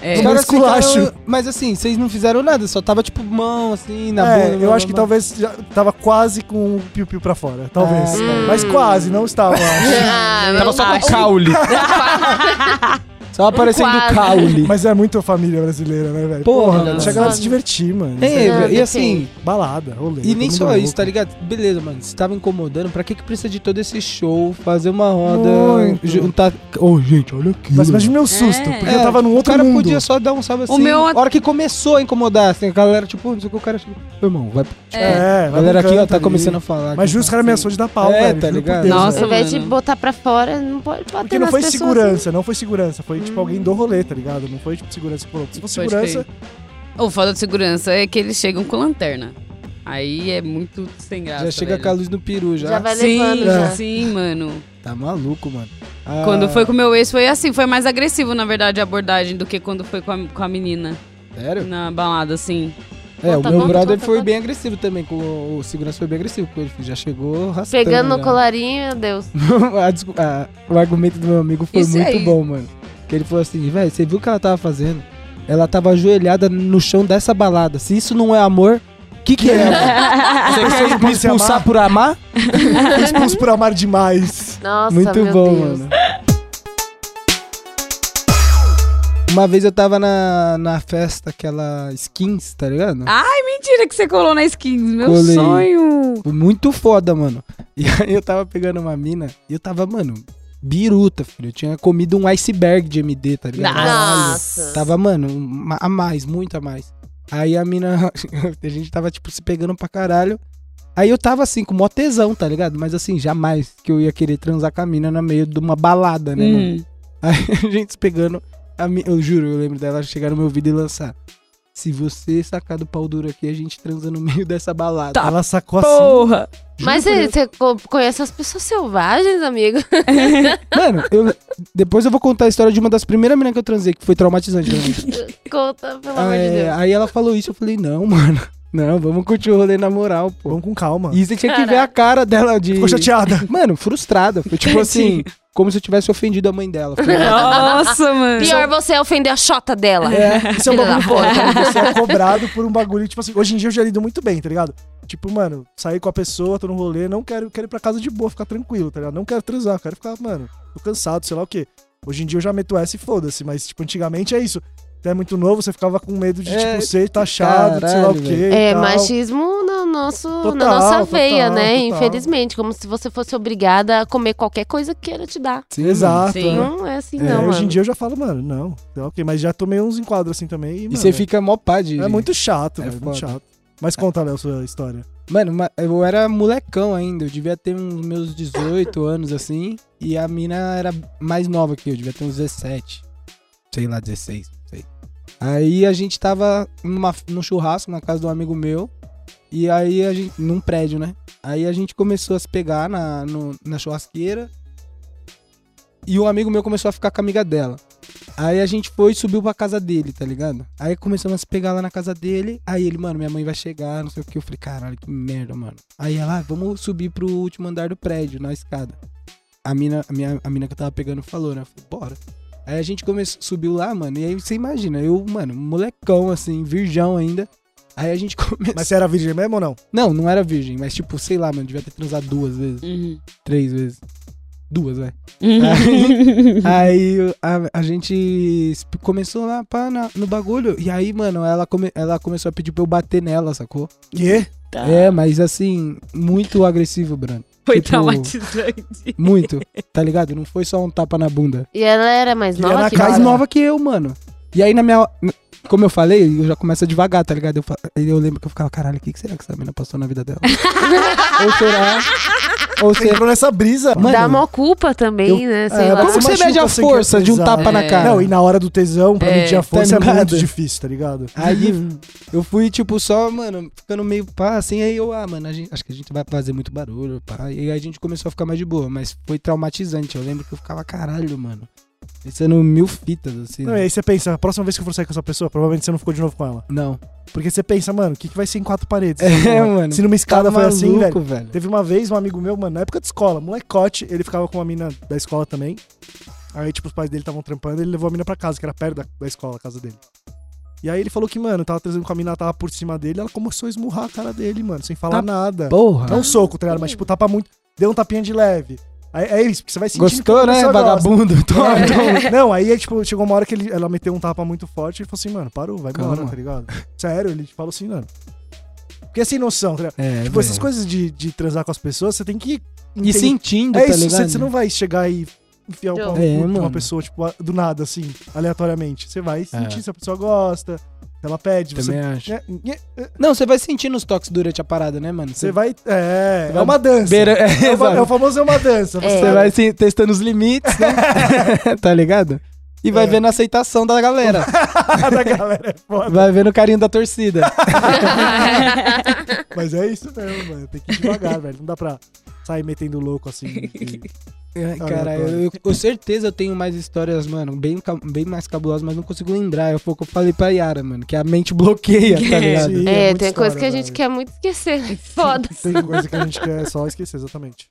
É,
Os caras esculacho.
ficaram- Mas assim, vocês não fizeram nada, só tava tipo mão assim, na
é,
bunda.
eu acho que
blá, blá,
talvez já tava quase com o piu-piu pra fora, talvez.
Ah,
tá.
Mas quase, não estava.
Ah,
blá.
eu
Tava só
acho.
com caule. Só aparecendo
Quase.
caule.
Mas é muito família brasileira, né, velho?
Porra,
velho,
mano.
Chega lá se divertir, mano.
É,
Não,
velho, e
não
assim,
Balada, rolê.
e nem
todo
só
mundo é
isso, tá
louco.
ligado? Beleza, mano, você tava incomodando, pra que que precisa de todo esse show, fazer uma roda,
Muito.
juntar... Ô, gente, olha aqui.
Mas imagina o meu susto,
É.
porque eu tava num outro
o cara
mundo.
podia só dar um salve assim.
O meu-
A hora que começou a incomodar, assim, a galera, tipo, não sei o que, o cara, tipo, irmão, vai... Tipo,
É,
a
vai
galera
num
aqui, ó,
canto
tá
ali.
começando a falar.
Mas justo os caras
me
ameaçou de dar pau,
É,
velho.
tá
juro por
ligado?
Deus,
Nossa,
velho.
Ao invés de
mano.
botar pra fora, não pode bater
Porque não
nas
foi
pessoas.
segurança, não foi segurança. Foi, tipo, alguém do rolê, tá ligado? Não foi, tipo, segurança. que colocou. Se fosse
Hum. Pode
segurança,
O foda de segurança é que eles chegam com lanterna. Aí é muito sem graça.
Já chega
velho.
com a luz no peru, já.
Já vai
Sim,
levando, né? já.
sim, mano.
Tá maluco, mano. Ah,
Quando foi com o meu ex, foi assim. Foi mais agressivo, na verdade, a abordagem do que quando foi com a, com a menina
Sério?
na balada, assim.
É, o
tá
Conta,
meu
conta,
brother
conta,
foi
conta.
bem agressivo também. Com o segurança foi bem agressivo com ele. filho. Já chegou raspando.
assim.
tá
Pegando no
já.
colarinho, meu Deus.
A discu- a- o argumento do meu amigo foi
Isso
muito
aí.
bom, mano. Que ele falou assim, velho, você viu o que ela tava fazendo? Ela tava ajoelhada no chão dessa balada. Se isso não é amor, o que que é? amor? Você quer me
Expulsar
expulsar
amar?
por amar?
expulso por amar demais.
Nossa,
muito
meu
bom,
Deus.
mano. Uma vez eu tava na, na festa, aquela skins, tá ligado?
Mentira que você colou na skins, meu
Colei.
sonho.
Foi Tipo, muito foda, mano. E aí eu tava pegando uma mina e eu tava, mano, biruta, filho. Eu tinha comido um iceberg de MD, tá ligado?
Nossa.
tá
Tava, mano, uma- a mais, muito a mais. Aí a mina, a gente tava, tipo, se pegando pra caralho. Aí eu tava assim, com mó tesão, tá ligado? Mas assim, jamais que eu ia querer transar com a mina no meio de uma balada, né, mano?
Hum.
Aí a gente se pegando. A mi- Eu juro, eu lembro dela chegar no meu vídeo e lançar. Se você sacar do pau duro aqui, a gente transa no meio dessa balada.
Tá.
Ela sacou assim.
Porra!
Juro
Mas
por
você
Deus.
você co- conhece as pessoas selvagens, amigo?
Mano, eu- depois eu vou contar a história de uma das primeiras meninas que eu transei, que foi traumatizante pra mim.
Conta, pelo
Ah,
amor de
é,
Deus.
aí ela falou isso, eu falei, não, mano. Não, vamos curtir o rolê na moral, pô.
Vamos com calma.
E você tinha que ver a cara dela de.
Ficou chateada.
Mano, frustrada. Foi tipo assim, como se eu tivesse ofendido a mãe dela. assim, Falei,
Nossa, mano.
Pior você ofender a xota dela.
É, isso é um
Filha da
bagulho foda. quando Você é cobrado por um bagulho, tipo assim, hoje em dia eu já lido muito bem, tá ligado? Tipo, mano, saí com a pessoa, tô no rolê, não quero, quero ir pra casa de boa, ficar tranquilo, tá ligado? Não quero transar, quero ficar, mano, tô cansado, sei lá o quê. Hoje em dia eu já meto essa e foda-se, mas, tipo, antigamente é isso. Você é muito novo, você ficava com medo de,
É,
tipo, ser taxado, de sei lá o
caralho,
quê.
velho.
e
É,
tal.
machismo no nosso, na
Total,
nossa
total,
veia, né?
total.
Infelizmente, como se você fosse obrigada a comer qualquer coisa que queira te dar.
Sim,
Exato.
Sim.
né?
Não é assim,
É,
não,
hoje
mano.
em dia eu já falo, mano, não, sei lá o quê, mas já tomei uns enquadros assim também. E,
E
mano,
você fica mó pá de.
É muito chato,
É
velho, muito
foda.
chato. Mas conta, Léo, sua história.
Mano, ma- eu era molecão ainda, eu devia ter uns meus 18 anos assim, e a mina era mais nova que eu, devia ter uns 17, sei lá, 16, não sei. Aí a gente tava numa, num churrasco na casa de um amigo meu, e aí a gente, num prédio, né? Aí a gente começou a se pegar na, no- na churrasqueira, e um amigo meu começou a ficar com a amiga dela. Aí a gente foi e subiu pra casa dele, tá ligado? Aí começamos a se pegar lá na casa dele. Aí ele, mano, minha mãe vai chegar, não sei o que. Eu falei, caralho, que merda, mano. Aí ela, ah, vamos subir pro último andar do prédio, na escada. A mina, a minha, a mina que eu tava pegando falou, né? Eu falei, bora. Aí a gente começou, subiu lá, mano. E aí você imagina, eu, mano, molecão, assim, virgão ainda. Aí a gente começou.
Mas você era virgem mesmo ou não?
Não, não era virgem, mas tipo, sei lá, mano, devia ter transado duas vezes,
Uhum.
três vezes. Duas, vai.
Uhum.
Aí a, a gente sp- começou lá pá, na- no bagulho. E aí, mano, ela, come- ela começou a pedir pra eu bater nela, sacou?
Quê?
Tá.
É, mas assim, muito agressivo, Bruno.
Foi
tipo-
traumatizante.
Muito, tá ligado? Não foi só um tapa na bunda.
E ela era mais
E é
nova
ela
que
Cara.
Mais
você?
nova que eu, mano. E aí, na minha. Como eu falei, eu já começo devagar, tá ligado? Eu, fa- aí eu lembro que eu ficava, caralho, o que, que será que essa menina passou na vida dela? ou será. Ou
Você
será.
entrou nessa brisa.
Mano,
Dá mó culpa também, né? Sei
é,
lá.
como que você
machuca
mede a
sem
força de um
querer pisar.
tapa na
É.
cara?
Não, e na hora do tesão, pra
É,
medir a força
tá
é muito
ligado?
difícil, tá ligado?
Aí eu fui, tipo, só, mano, ficando meio pá, assim, aí eu, ah, mano, a gente- acho que a gente vai fazer muito barulho, pá. E aí a gente começou a ficar mais de boa, mas foi traumatizante. Eu lembro que eu ficava, caralho, mano, pensando mil fitas, assim.
Não,
né?
e aí você pensa, a próxima vez que eu for sair com essa pessoa, provavelmente você não ficou de novo com ela.
Não.
Porque você pensa, mano, o que, que vai ser em quatro paredes?
É,
Porra,
mano.
Se numa escada foi assim, velho.
Tá velho.
Teve uma vez um amigo meu, mano, na época de escola, molecote, ele ficava com uma mina da escola também. Aí, tipo, os pais dele estavam trampando, ele levou a mina pra casa, que era perto da, da escola, a casa dele. E aí ele falou que, mano, tava trazendo com a mina, ela tava por cima dele, ela começou a esmurrar a cara dele, mano, sem falar
Tá
nada.
Porra.
Não um soco, tá ligado? Mas, tipo, tapa muito. Deu um tapinha de leve. Aí, é isso, porque você vai sentindo que
Gostou,
a
né,
pessoa gosta.
vagabundo? Toma,
É.
toma.
Não, aí, tipo, chegou uma hora que ele, ela meteu um tapa muito forte e ele falou assim, mano, parou, vai embora,
Calma.
tá ligado? Sério, ele falou assim, mano. Porque é sem noção, tá ligado?
É,
Tipo,
velho.
essas coisas de, de transar com as pessoas, você tem que.
E sentindo,
É
tá
isso, você-
ligado?
você não vai chegar e enfiar o
Joe.
pau no cu
É,
de uma
mano. É.
pessoa, tipo, a- do nada, assim, aleatoriamente. Você vai sentir se a pessoa gosta, se ela pede,
Também acho.
você. Né, né,
Não, você vai sentindo os toques durante a parada, né, mano?
Você vai. É,
vai
é uma dança.
beira- É,
É, uma-
exato.
é o famoso é uma dança.
É.
Você vai se- testando os limites, né? tá ligado? E vai
É.
vendo a aceitação da galera.
Cada galera é foda.
Vai vendo o carinho da torcida.
Mas é isso mesmo, mano. Tem que ir devagar, velho. Não dá pra sair metendo louco assim. de-
Ai,
Olha,
Cara,
agora.
eu, eu- com certeza eu tenho mais histórias, mano, bem, ca- bem mais cabulosas, mas não consigo lembrar. É o que eu falei pra Yara, mano, que a mente bloqueia, tá ligado?
Sim,
É,
muita
tem coisa
história,
que a gente
velho.
quer muito esquecer. né? Foda.
Tem coisa que a gente quer é só esquecer, exatamente.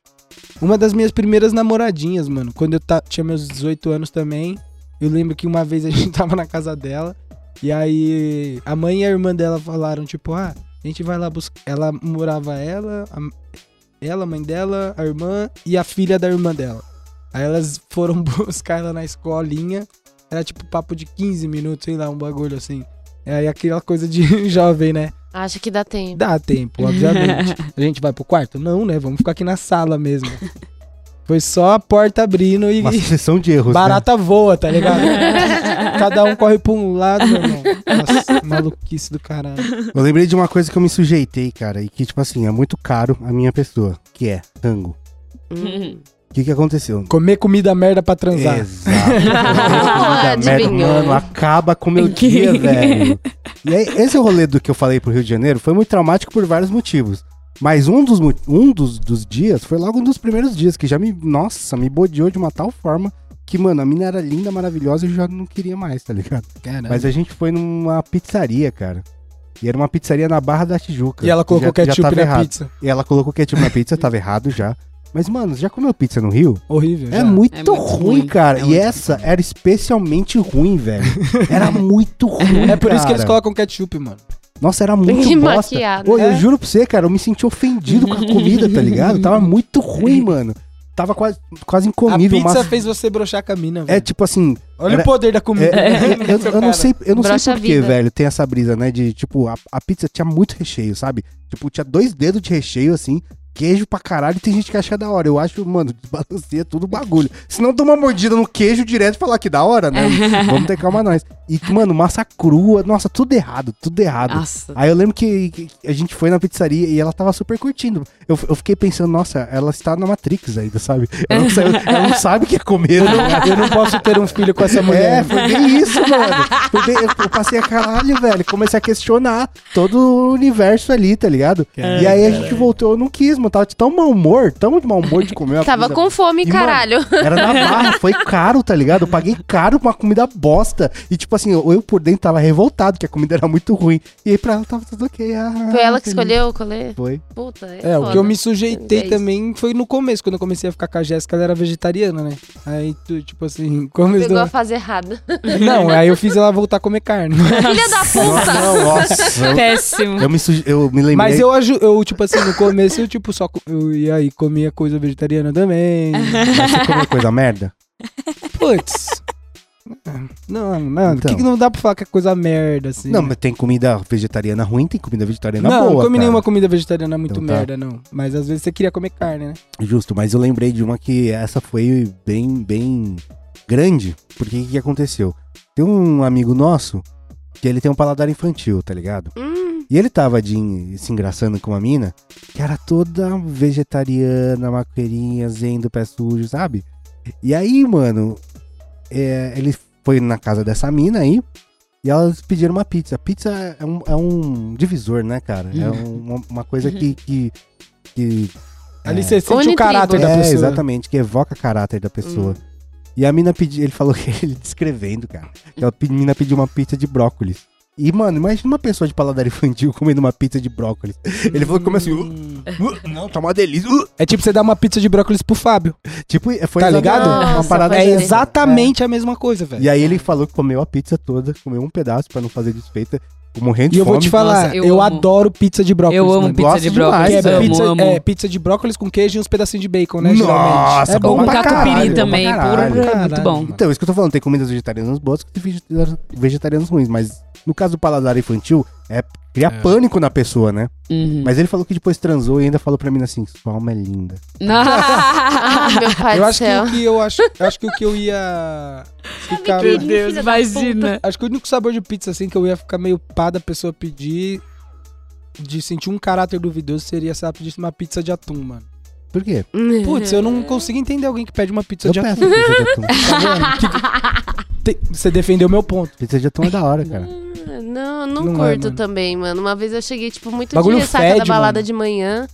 Uma das minhas primeiras namoradinhas, mano, quando eu ta- tinha meus 18 anos também, eu lembro que uma vez a gente tava na casa dela, e aí a mãe e a irmã dela falaram, tipo, ah, a gente vai lá buscar. Ela morava ela, a... ela, a mãe dela, a irmã e a filha da irmã dela. Aí elas foram buscar ela na escolinha. Era tipo papo de 15 minutos, sei lá, um bagulho assim. É aí aquela coisa de jovem, né?
Acha que dá tempo.
Dá tempo, obviamente. A gente vai pro quarto? Não, né? Vamos ficar aqui na sala mesmo. Foi só a porta abrindo e
Uma sucessão de erros, né?
barata voa, tá ligado? Cada um corre pra um lado, meu irmão. Nossa, maluquice do caralho.
Eu lembrei de uma coisa que eu me sujeitei, cara, e que, tipo assim, é muito caro a minha pessoa, que é rango.
Hum. Uhum.
O que que aconteceu?
Comer comida merda pra transar.
É, Exato. merda,
Adivinhou.
mano, acaba com o meu dia, velho. E aí, esse é rolê do que eu falei pro Rio de Janeiro foi muito traumático por vários motivos. Mas um dos, mo- um dos, dos dias foi logo um dos primeiros dias, que já me. Nossa, me bodeou de uma tal forma que, mano, a mina era linda, maravilhosa e eu já não queria mais, tá ligado?
Caralho.
Mas a gente foi numa pizzaria, cara. E era uma pizzaria na Barra da Tijuca.
E ela colocou
Já- já
ketchup
tava
na
errado.
pizza.
E ela colocou ketchup na pizza, tava errado já. Mas, mano, já comeu pizza no Rio?
Horrível.
É
já.
muito,
É muito
ruim,
ruim.
cara.
É
e
muito
essa era especialmente ruim, velho. Era muito ruim.
É por isso que eles
cara.
colocam ketchup, mano.
Nossa, era muito
que
bosta.
maquiar, né?
Ô, eu
É.
juro pra você, cara, eu me senti ofendido com a comida, tá ligado? Tava muito ruim, mano. Tava quase, quase
a
incomível.
pizza
Mas...
fez você broxar com a mina, velho.
É tipo assim.
Olha
era-
o poder da comida.
é- é- eu, eu não sei, eu não
Brocha
sei
a
por que,
vida.
velho, tem essa brisa, né? De tipo, a, a pizza tinha muito recheio, sabe? Tipo, tinha dois dedos de recheio, assim, queijo pra caralho, e tem gente que acha da hora. Eu acho, mano, desbalanceia tudo o bagulho. Se não toma uma mordida no queijo direto e falar que da hora, né? Vamos ter calma nós. E, mano, massa crua, nossa, tudo errado, tudo errado.
Nossa.
Aí eu lembro que que a gente foi na pizzaria e ela tava super curtindo. Eu, eu fiquei pensando, nossa, ela está na Matrix ainda, sabe? Ela não, sabe- ela não sabe o que é comer, né?
Eu não posso ter um filho com essa
É,
mulher.
foi bem isso, mano. Foi bem- eu, eu passei a caralho, velho. Comecei a questionar todo o universo ali, tá ligado?
É,
e aí a gente voltou, eu não quis, mano. Tava de tão mau humor, tão de mau humor de comer. uma
Tava
comida-
com fome,
E,
caralho.
Era na barra, foi caro, tá ligado? Eu paguei caro pra uma comida bosta. E tipo assim, eu, eu por dentro tava revoltado, que a comida era muito ruim. E aí pra ela tava tudo ok. Ah,
Foi ela
entendi.
que escolheu o colê?
Foi.
Puta, é,
É, o que
foda.
eu me sujeitei
É isso.
também foi no começo, quando eu comecei a ficar com a Jéssica, ela era vegetariana, né? Aí, tu, tipo assim, como eu
Pegou a
não...
fase errada.
não, aí eu fiz ela voltar a comer carne.
Filha da puta!
Não, nossa. eu-
Péssimo.
Eu me, suje- eu me lembrei.
Mas eu, aju- eu, tipo assim, no começo eu, tipo, só. co- Eu ia aí comia coisa vegetariana também.
Mas você comeu coisa merda?
Putz. Não, mano, o
Então.
que, que não dá pra falar que é coisa merda, assim?
Não, mas tem comida vegetariana ruim, tem comida vegetariana
não,
boa.
não comi
cara.
nenhuma comida vegetariana muito
Então tá.
merda, não. Mas às vezes você queria comer carne, né?
Justo, mas eu lembrei de uma que essa foi bem, bem grande, porque o que aconteceu? Tem um amigo nosso que ele tem um paladar infantil, tá ligado?
Hum,
E ele tava de- se engraçando com uma mina que era toda vegetariana, maqueirinha, zen do pé sujo, sabe? E aí, mano, é, ele foi na casa dessa mina aí e elas pediram uma pizza. Pizza é um, é um divisor, né, cara? É um- uma coisa que- que- que
Ali você sente o
Unitribo.
caráter da
é,
pessoa. Hum.
exatamente, que evoca caráter da pessoa. E a mina pediu, ele falou que ele descrevendo, cara. Que a pe- mina pediu uma pizza de brócolis. E, mano, imagina uma pessoa de paladar infantil comendo uma pizza de brócolis. Ele falou que começa assim, "Uh, uh, não, tá uma delícia. uh."
É tipo você dar uma pizza de brócolis pro Fábio.
Tipo, foi
Tá
exata-
ligado?
uma
Nossa,
parada
pode
É
crer.
exatamente a mesma coisa, velho.
E aí ele falou que comeu a pizza toda, comeu um pedaço pra não fazer desfeita, ficou morrendo de
E eu
fome.
vou te falar,
Nossa,
eu,
eu amo.
adoro pizza de brócolis.
Eu amo
mano.
pizza
gosto
de
demais,
brócolis.
Que é
velho.
Amo,
pizza,
amo.
é pizza de brócolis com queijo e uns pedacinhos de bacon, né?
Nossa,
geralmente. É
bom
bom
Com
pra
catupiry
caralho, bom
também.
pra caralho.
puro, é muito
Caralho.
bom.
Então, isso que eu tô falando, tem comidas vegetarianas boas que tem vegeta- vegetarianos ruins, mas no caso do paladar infantil, é cria pânico na pessoa, né?
Uhum.
Mas ele falou que depois transou e ainda falou pra mim assim, sua alma é linda.
Ah, meu pai
Eu
do
acho que
céu.
o que eu acho, eu acho que o que eu ia ficar,
Meu
Filho
Deus,
da
imagina.
acho que o único sabor de pizza assim que eu ia ficar meio pá da pessoa pedir de sentir um caráter duvidoso seria se ela pedisse uma pizza de atum, mano.
Por quê?
Putz, eu não consigo entender alguém que pede uma pizza
Eu
de
peço
atum.
pizza de atum.
Tá vendo? Que- Te- Você defendeu meu ponto.
Pizza de atum é da hora, cara.
Ah, Não, não,
Não é,
curto
mano.
também, mano. Uma vez eu cheguei, tipo, muito
Bagulho
de ressaca da
fede,
balada
mano.
de manhã.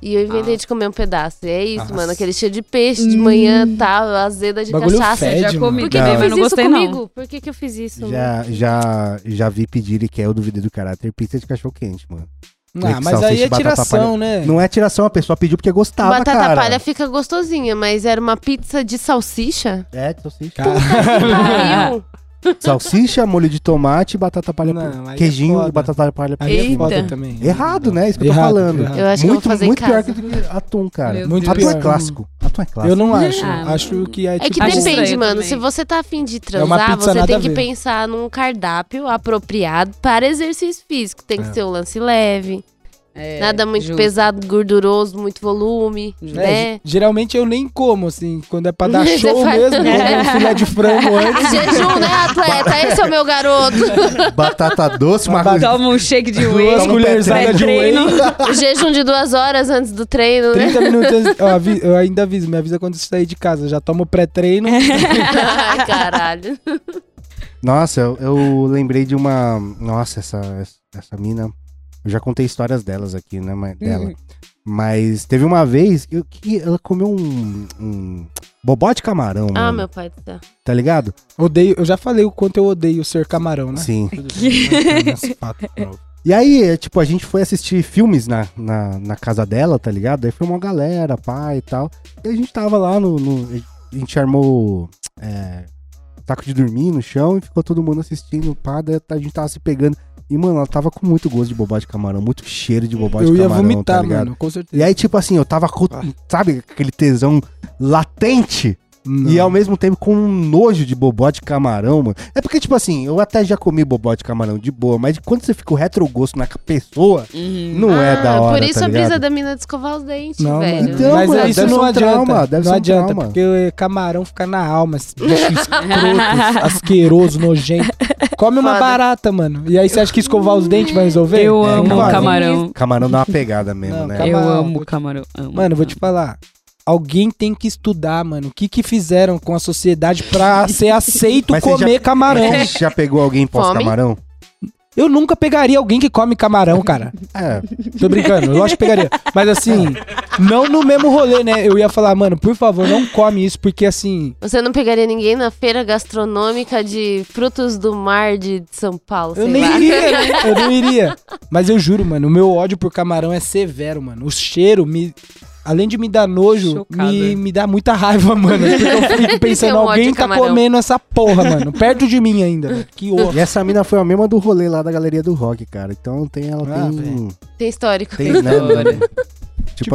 E eu inventei de comer um pedaço. E é isso,
Nossa.
mano. Aquele cheio de peixe de manhã, tal, azeda de
Bagulho
cachaça.
fede,
Eu já
mano.
comi
Por que,
É Não.
que
também,
eu
mas não
fiz isso
gostei
comigo?
não.
Por que, que eu fiz isso? mano?
Já, já, já vi pedir e que é, eu duvidei do caráter pizza de cachorro quente, mano.
Ah, mas
Salsicha,
aí é
batata
tiração,
palha.
né?
Não é tiração, a pessoa pediu porque gostava,
Batata
cara.
palha fica gostosinha, mas era uma pizza de salsicha?
É, salsicha.
Cara,
Pariu.
Salsicha, molho de tomate e batata palha.
Não, aí é
queijinho
foda.
e batata palha.
Aí é
Eita.
foda também.
Errado, né? Isso que eu tô
Errado,
falando.
errado.
Eu acho que eu vou
muito
fazer em
muito pior
casa.
que atum, cara.
Meu
Muito
Deus.
atum é
Pior.
clássico. Atum é clássico.
Eu não acho.
Ah,
acho que é,
É que
tipo,
Acho
depende,
estranho
mano.
também.
Se você tá afim de
É
uma
transar,
pizza
você
nada
tem
a
que
ver.
pensar num cardápio apropriado para exercício físico. Tem que
É.
ser um lance leve,
É,
nada muito
justo.
pesado, gorduroso, muito volume,
Justo.
né?
É, ge- Geralmente eu nem como, assim, quando é pra dar
Você
show
faz-
mesmo, como um filé de frango antes.
Jejum, né, atleta? Esse é o meu garoto.
Batata doce, uma
Toma um shake de whey.
Duas colherzadas de whey.
pré-treino.
Jejum de duas horas antes do treino, né?
30 minutos, eu, avi- eu ainda aviso, me avisa quando você sair de casa. Já tomo pré-treino.
Ah, Caralho.
Nossa, eu, eu lembrei de uma. Nossa, essa, essa mina. Eu já contei histórias delas aqui, né?
Uhum.
mas- Dela. Mas teve uma vez eu- que ela comeu um, um bobó de camarão,
Ah,
mano,
meu pai do céu.
tá ligado?
Odeio, eu já falei o quanto eu odeio ser camarão, né?
Sim.
Tudo bem, mas tem esse fato, não.
E aí, é, tipo, a gente foi assistir filmes na, na, na casa dela, tá ligado? Aí foi uma galera, pai e tal. E a gente tava lá no. no- a gente armou é, taco de dormir no chão e ficou todo mundo assistindo, pá, daí a gente tava se pegando. E, mano, ela tava com muito gosto de bobó de camarão, muito cheiro de bobó de
Eu ia
camarão,
vomitar,
tá ligado?
mano, Ah. com certeza.
E aí, tipo assim, eu tava com, sabe, aquele tesão latente
Não.
e é ao mesmo tempo com um nojo de bobó de camarão, mano. É porque, tipo assim, eu até já comi bobó de camarão de boa, mas quando você fica o retrogosto na pessoa,
Uhum.
não é da hora.
Ah, por isso
tá
a brisa
ligado?
da mina de escovar os dentes,
Não,
velho.
mano.
Então,
mas é
mano,
isso
deve ser
não
um
adianta.
trauma, deve
não
ser um
adianta,
trauma.
porque eh, camarão fica na alma, esse bicho escroto, asqueroso, nojento. Come uma
Foda.
barata, mano. E aí você acha que escovar os dentes vai resolver?
Eu
É,
amo um
não
vai.
vale.
camarão.
Camarão dá uma pegada mesmo,
Não,
né?
camarão.
Eu
Camarão,
amo
vou te-
camarão. Amo.
Mano, eu vou te falar. Alguém tem que estudar, mano. O que que fizeram com a sociedade pra ser aceito
Mas você
comer camarão?
Você já pegou alguém pós-camarão?
Eu nunca pegaria alguém que come camarão, cara.
É,
Tô brincando, lógico que pegaria. Mas assim, não no mesmo rolê, né? Eu ia falar, mano, por favor, não come isso, porque assim.
Você não pegaria ninguém na feira gastronômica de frutos do mar de São Paulo, sei
eu nem
lá.
iria, né? eu não iria. Mas eu juro, mano, o meu ódio por camarão é severo, mano. O cheiro me. Além de me dar nojo,
Chocada.
me, me dá muita raiva, mano. Porque eu fico
Tem
pensando,
um ódio
alguém tá
camarão.
comendo essa porra, mano. Perto de mim ainda, velho. Que
e
ódio.
essa mina foi a mesma do rolê lá da galeria do rock, cara. Então tem, ela
Ah,
tem.
velho.
Tem histórico.
Tem, né?
Olha.
mano?
Tipo,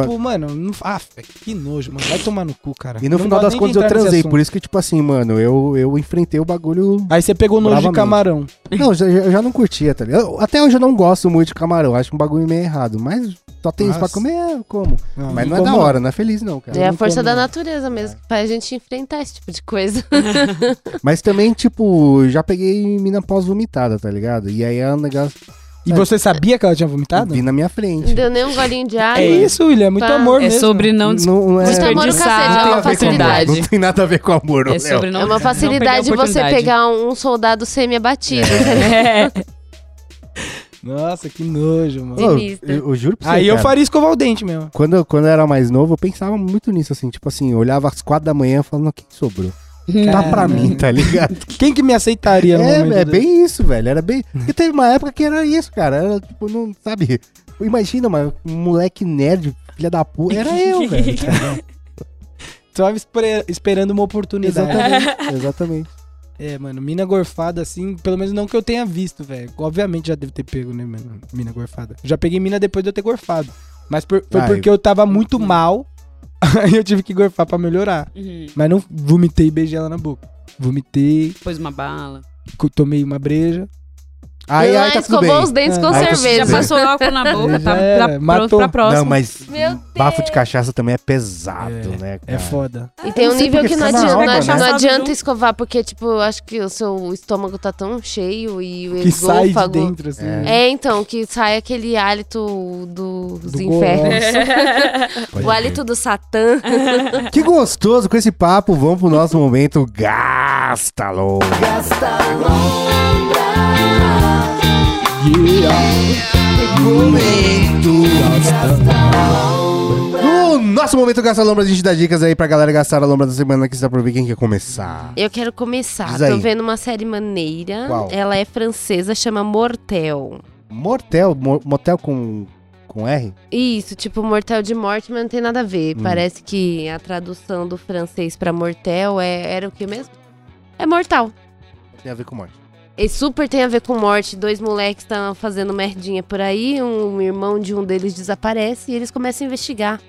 tipo,
mano, não... ah, velho, que nojo, mano. Vai tomar no cu, cara.
e no
Não
final das
gosto nem de
contas eu
entrar nesse
transei.
assunto.
Por isso que, tipo assim, mano, eu, eu enfrentei o bagulho
Aí você pegou nojo de
Bravamente.
camarão.
Não, eu já, eu já não curtia, tá ligado? Eu- até hoje eu não gosto muito de camarão, acho um bagulho meio errado, mas só tem isso pra
Nossa.
comer, eu como. Mas não é
como
da hora, não é feliz não, cara.
É a
não
força
como,
da
não.
natureza mesmo, que faz a gente enfrentar esse tipo de coisa.
Mas também, tipo, já peguei mina pós-vomitada, tá ligado? E aí é um negócio
E você sabia que ela tinha vomitado?
vi na minha
Não
frente.
deu nem um golinho de água.
É isso, William. É muito
Pá.
amor
É
mesmo.
sobre não des-
Não é...
Isso é amor no cacete,
desperdiçar
é
tem
uma
a ver com amor,
facilidade.
Não tem nada a ver com amor, ô
É
Léo.
sobre não
É uma facilidade
não perder a
você
oportunidade.
pegar um, um soldado semi-abatido.
É.
Nossa, que nojo, mano.
Ô,
Sinistro.
eu, eu juro pra você,
Aí eu
cara,
faria escovar o dente mesmo.
Quando, eu- quando eu era mais novo, eu pensava muito nisso, assim. Tipo assim, eu olhava às quatro da manhã falando, o que sobrou? Tá pra
Caralho.
mim, tá ligado?
Quem que me aceitaria no momento
É, é
desse?
bem isso, velho. Era bem. Porque teve uma época que era isso, cara. Era tipo, não. Sabe? Imagina, mano, um moleque nerd, filha da puta. Era eu, velho.
Só tava espre- esperando uma oportunidade.
Exatamente. Exatamente.
É, mano, mina gorfada, assim, pelo menos não que eu tenha visto, velho. Obviamente já deve ter pego, né, mano? Mina gorfada. Já peguei mina depois de eu ter gorfado. Mas por- foi
Ah,
porque eu tava muito mal, aí eu tive que gorfar pra melhorar.
Uhum.
Mas não vomitei e beijei ela na boca. Vomitei,
Pôs uma bala.
co- tomei uma breja.
Aí,
Não,
aí tá tudo
escovou
bem.
os dentes
Ah,
com
aí tá tudo
cerveja.
bem.
Já passou álcool na boca,
Já
tá
era,
pra, pronto
matou.
pra próxima.
É, Não, mas
Meu
bafo de cachaça também é pesado,
É,
né, cara?
É foda.
E tem
Eu
um
não sei
nível
porque
que não
fica na
adianta, não
alma,
adianta-
né?
não adianta
Sabe,
escovar, porque, tipo, eu acho que o seu estômago tá tão cheio e o
Que sai de
esôfago.
dentro, assim.
É.
É, então, que sai aquele hálito do- dos
Do
infernos.
Pode
O
crer.
hálito do Satã.
Que gostoso com esse papo. Vamos pro nosso momento Gasta Longa. No nosso momento Gasta Lombra, a gente dá dicas aí pra galera gastar a lombra da semana que está por ver quem quer começar.
Eu quero começar.
Diz aí.
Tô vendo uma série maneira.
Qual?
Ela é francesa, chama Mortel.
Mortel, mo- motel com, com R?
Isso, tipo Mortel de Morte, mas não tem nada a ver.
Hum.
Parece que a tradução do francês pra Mortel é, era o que mesmo? É mortal.
Tem a ver com morte.
E super tem a ver com morte. Dois moleques estão fazendo merdinha por aí, um irmão de um deles desaparece e eles começam a investigar.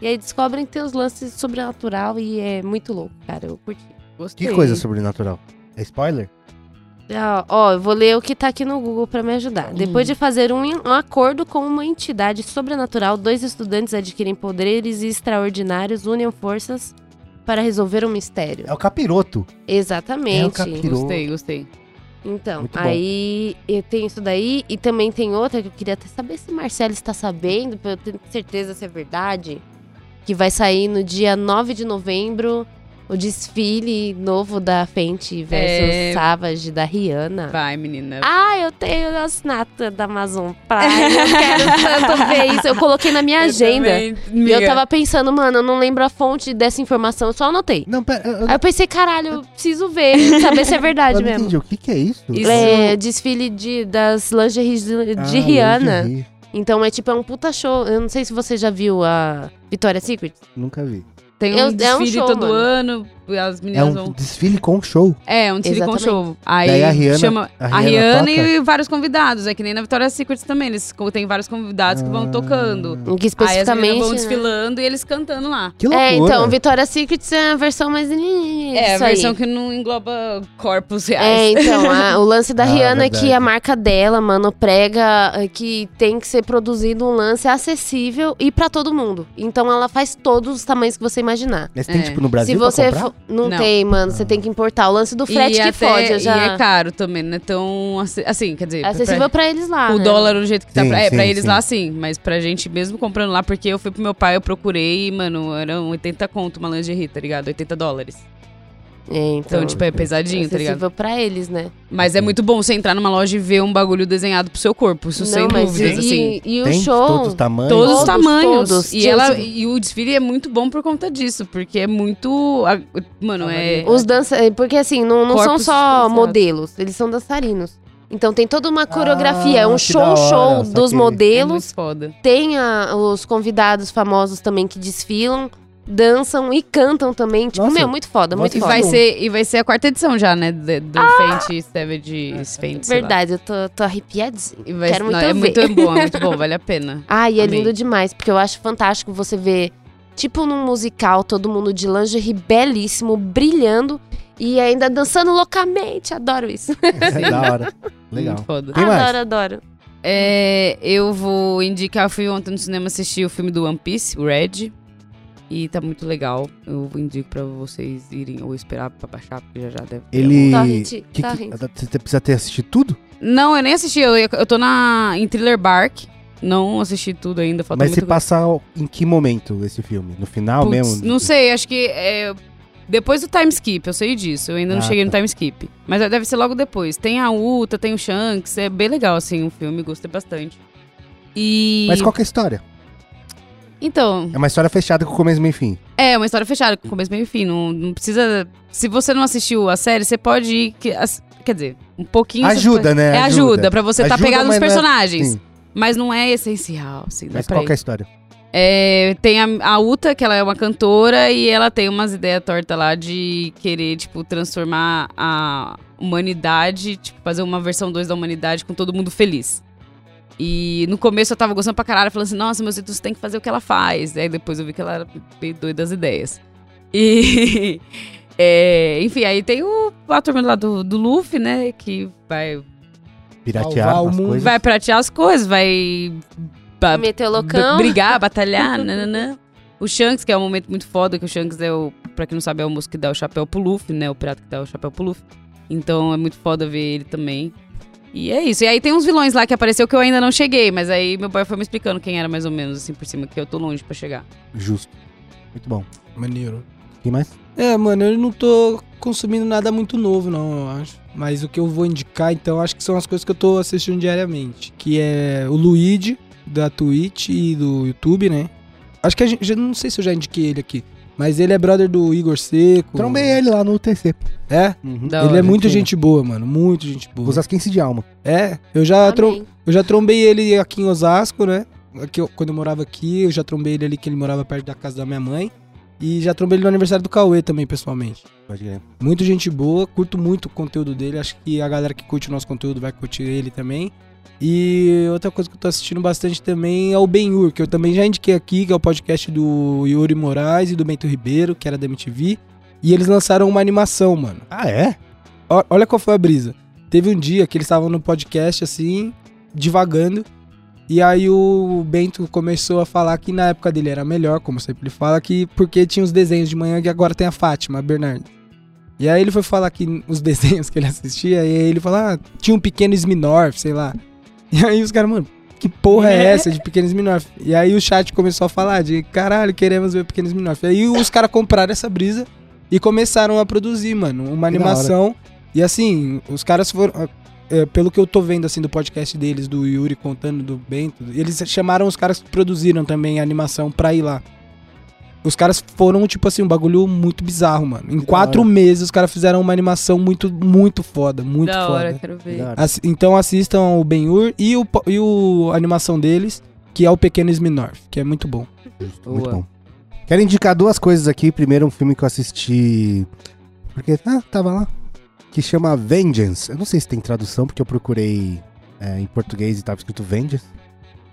E aí descobrem que tem os lances sobrenatural e é muito louco, cara. Eu curti.
Que
Gostei.
coisa sobrenatural? É spoiler?
Ah, Ó, eu vou ler o que tá aqui no Google pra me
Hum.
ajudar. Depois de fazer um, um acordo com uma entidade sobrenatural, dois estudantes adquirem poderes extraordinários, unem forças para resolver um mistério.
É o capiroto. É o
Exatamente.
capiroto.
Gostei, gostei.
Então,
Muito bom.
aí eu tenho isso daí e também tem outra que eu queria até saber se Marcelo está sabendo, pra eu ter certeza se é verdade, que vai sair no dia 9 de novembro o desfile novo da Fenty versus
É.
Savage da Rihanna.
Vai, menina.
Ah, eu tenho a assinata da Amazon Prime, eu quero tanto ver isso. Eu coloquei na minha agenda.
Eu,
E
também,
eu
miga.
tava pensando, mano, eu não lembro a fonte dessa informação, eu só anotei.
Não, pera. Eu, eu
Aí eu pensei, caralho, eu preciso ver, saber se é verdade
não
É mesmo.
entendi. O que, que é isso?
Isso-
É, desfile de, das lingeries de,
Ah,
de Rihanna.
lingerie.
Então é tipo, é um puta show. Eu não sei se você já viu a Victoria's Secret.
Nunca vi.
Tem um
Eu- é um
desfile
show,
todo
mano.
ano. As
É
meninas
um
vão.
desfile com show.
É, um desfile com
Exatamente.
show. Aí
Daí a Rihanna-
chama
a
a
Rihanna
Rihanna, e vários convidados. É que nem na Vitória Secrets também. Eles co- têm vários convidados que vão
Ah,
tocando.
Que
Aí as meninas
especificamente.
vão
né?
desfilando e eles cantando lá.
Que loucura.
É, então, Victoria's Secret é a versão mais.
É, a
Isso aí.
versão que não engloba corpos
É,
reais.
então, a- o lance da
Ah,
Rihanna é que
verdade.
a marca dela, mano, prega é, que tem que ser produzido um lance acessível e pra todo mundo. Então ela faz todos os tamanhos que você imaginar.
Mas tem,
É.
tipo, no Brasil
Se você
pra comprar? Ah.
for- não,
Não.
tem, mano, você tem que importar. O lance do frete que fode, eu já.
e é caro também, né? Então, assim- assim, quer dizer...
É acessível pra eles lá.
pra- o
né?
dólar do jeito que tá
Sim,
pra, é, pra
sim,
eles
sim.
lá, sim. Mas pra gente mesmo comprando lá, porque eu fui pro meu pai, eu procurei, e, mano, eram 80 conto uma lingerie, tá ligado? 80 dólares.
É, então,
Então, tipo, é pesadinho, tá ligado?
acessível pra eles, né?
Mas é muito bom você entrar numa loja e ver um bagulho desenhado pro seu corpo, isso sem dúvidas,
e,
assim.
E o
Tem de todos
show...
os tamanhos.
Todos,
Todos,
os tamanhos.
todos.
E,
Tipo,
ela,
assim-
e o desfile é muito bom por conta disso, porque é muito. a- Mano, é.
Os dança... é, Porque, assim, não, não são
Corpos
só
diferenciados.
modelos, eles são dançarinos. Então tem toda uma coreografia, é um
Ah, que da
show,
hora,
show
saquei.
dos
é
modelos.
muito foda.
Tem a- os convidados famosos também que desfilam, dançam e cantam também. Tipo,
Nossa.
meu, muito foda,
Nossa,
muito
E
Foda.
vai,
foda. É
ser, e vai ser a quarta edição já, né? de- Do Fenty Savage Fenty. sei lá.
Verdade, eu tô, tô arrepiadinha.
E vai,
Quero
não,
muito ver.
é Ah, muito bom, é muito bom, vale a pena.
Ah, e é
Amei.
lindo demais, porque eu acho fantástico você ver, tipo num musical, todo mundo de lingerie belíssimo, brilhando e ainda dançando loucamente. Adoro isso.
É da hora. Legal.
Muito foda.
Quem mais?
adoro, adoro.
É, eu vou indicar, eu fui ontem no cinema assistir o filme do One Piece, o Red. E tá muito legal. Eu indico pra vocês irem ou esperar pra baixar, porque já já deve ter
Ele.
Torrent,
que, que,
torrent.
você precisa ter assistido tudo?
Não, eu nem assisti. Eu, eu tô na, em Thriller Bark. Não assisti tudo ainda. Falta
Mas se
muito
passa em que momento esse filme? No final
Putz,
mesmo?
Não sei, acho que é depois do time skip, eu sei disso. Eu ainda não
Ah,
cheguei no
tá.
time skip. Mas é, deve ser logo depois. Tem a Uta, tem o Shanks. É bem legal, assim, o filme. Gostei bastante. E.
Mas qual que é a história?
Então,
É uma história fechada com começo, meio e fim.
é uma história fechada, com começo, meio e fim. Não, não precisa. Se você não assistiu a série, você pode ir. que- as- quer dizer, um pouquinho. você
Ajuda, né?
pode- É ajuda, pra você tá
Ajuda,
pegado
mas
nos
não é-
personagens.
Sim.
Mas não é essencial, assim. dá
Mas
pra
qual
ir.
que é a história?
É, tem a, a Uta, que ela é uma cantora, e ela tem umas ideias tortas lá de querer, tipo, transformar a humanidade, tipo, fazer uma versão 2 da humanidade com todo mundo feliz. E no começo eu tava gostando pra caralho, falando assim, nossa, meus ídolos tem que fazer o que ela faz. Aí depois eu vi que ela era bem doida das ideias. E. é, enfim, aí tem o, a turma lá do, do Luffy, né? Que vai,
Piratear
Salvar o
as
mundo.
coisas.
vai pratear as coisas, vai ba-
Meteu
b-
loucão.
brigar, batalhar, nananã. O Shanks, que é um momento muito foda, que o Shanks é o, pra quem não sabe, é o moço que dá o chapéu pro Luffy, né? O pirata que dá o chapéu pro Luffy. Então é muito foda ver ele também. E é isso. E aí tem uns vilões lá que apareceu que eu ainda não cheguei, mas aí meu pai foi me explicando quem era mais ou menos assim por cima, que eu tô longe pra chegar.
Justo. Muito bom.
Maneiro.
Quem mais?
É, mano, eu não tô consumindo nada muito novo, não, eu acho. Mas o que eu vou indicar, então, acho que são as coisas que eu tô assistindo diariamente. Que é o Luigi, da Twitch e do YouTube, né? Acho que a gente. já- Não sei se eu já indiquei ele aqui. Mas ele é brother do Igor Seco.
Trombei ele lá no UTC.
É?
Uhum.
Da
ele
hora.
é muito gente boa, mano. Muito gente boa.
Os asquense de alma.
É, eu já, trom...
Amém.
Eu já trombei ele aqui em Osasco, né? Aqui, eu- quando eu morava aqui, eu já trombei ele ali que ele morava perto da casa da minha mãe. E já trombei ele no aniversário do Cauê também, pessoalmente.
Pode crer.
Muito gente boa, curto muito o conteúdo dele. Acho que a galera que curte o nosso conteúdo vai curtir ele também. E outra coisa que eu tô assistindo bastante também é o Ben-Hur, que eu também já indiquei aqui, que é o podcast do Yuri Moraes e do Bento Ribeiro, que era da MTV. E eles lançaram uma animação, mano.
Ah, é?
Ó- Olha qual foi a brisa. Teve um dia que eles estavam no podcast, assim, divagando. E aí o Bento começou a falar que na época dele era melhor, como sempre ele fala, que porque tinha os desenhos de manhã e agora tem a Fátima, a Bernardo. E aí ele foi falar que os desenhos que ele assistia, e aí ele falou, ah, tinha um pequeno Sminorf, sei lá. E aí os caras, mano, que porra é essa de pequeno Sminorf? E aí o chat começou a falar de, caralho, queremos ver pequeno Sminorf. E aí os caras compraram essa brisa e começaram a produzir, mano, uma
Que da hora.
animação. E assim, os caras foram, é, pelo que eu tô vendo assim do podcast deles, do Yuri contando do Bento, eles chamaram os caras que produziram também a animação pra ir lá. Os caras foram, tipo assim, um bagulho muito bizarro, mano. Em
da
quatro
hora.
meses, os caras fizeram uma animação muito, muito foda, muito
da
foda.
hora, quero ver.
Da hora.
Assi- então assistam o Ben-Hur e, o, po- e o, a animação deles, que é o Pequeno Sminorf, que é muito bom.
Muito
Boa.
bom. Quero indicar duas coisas aqui. Primeiro, um filme que eu assisti. Porque. Ah, tava lá. Que chama Vengeance. Eu não sei se tem tradução, porque eu procurei é, em português e tava escrito Vengeance.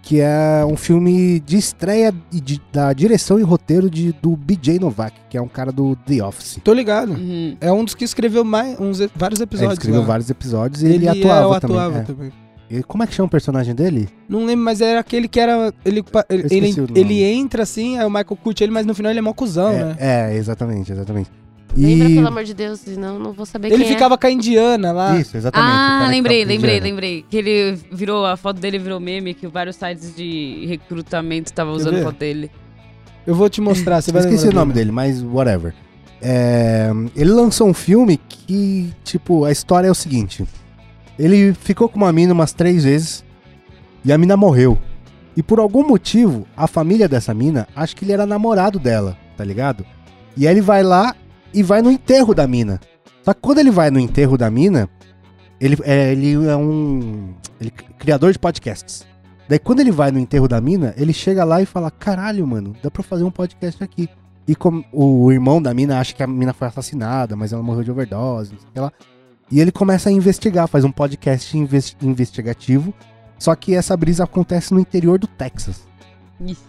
Que é um filme de estreia e de- da direção e roteiro de, do BJ Novak, que é um cara do The Office.
Tô ligado.
Uhum.
É um dos que escreveu mais, uns, e- vários
Ele
episódios.
É, escreveu
lá.
vários episódios e ele,
Ele, é, eu
atuava também.
atuava
é.
também.
E como é que chama o personagem dele?
Não lembro, mas era aquele que era. Ele, pa- ele,
esqueci
ele-
o nome.
ele entra assim, aí o Michael curte ele, mas no final ele é mó cuzão,
é,
né?
é, exatamente, exatamente.
Lembra,
E-
pelo amor de Deus, senão eu não vou saber
Ele
quem é.
ficava com a indiana lá.
Isso, exatamente. o cara
Ah,
que tá
lembrei,
tava
lembrei,
pedindo.
lembrei. Que ele virou, a foto dele virou meme, que vários sites de recrutamento estavam
Quer
usando a
ver?
foto dele.
Eu vou te mostrar, você
Eu
vai
esqueci o
lembrar
nome dele, mas whatever. É, ele lançou um filme que, tipo, a história é o seguinte: ele ficou com uma mina umas três vezes e a mina morreu. E por algum motivo, a família dessa mina acha que ele era namorado dela, tá ligado? E aí ele vai lá e vai no enterro da mina. Só que quando ele vai no enterro da mina, ele é, ele é um ele é criador de podcasts. Daí quando ele vai no enterro da mina, ele chega lá e fala: Caralho, mano, dá pra fazer um podcast aqui. E com, o irmão da mina acha que a mina foi assassinada, mas ela morreu de overdose, não sei o que lá. E ele começa a investigar, faz um podcast inves- investigativo. Só que essa brisa acontece no interior do Texas.
Isso.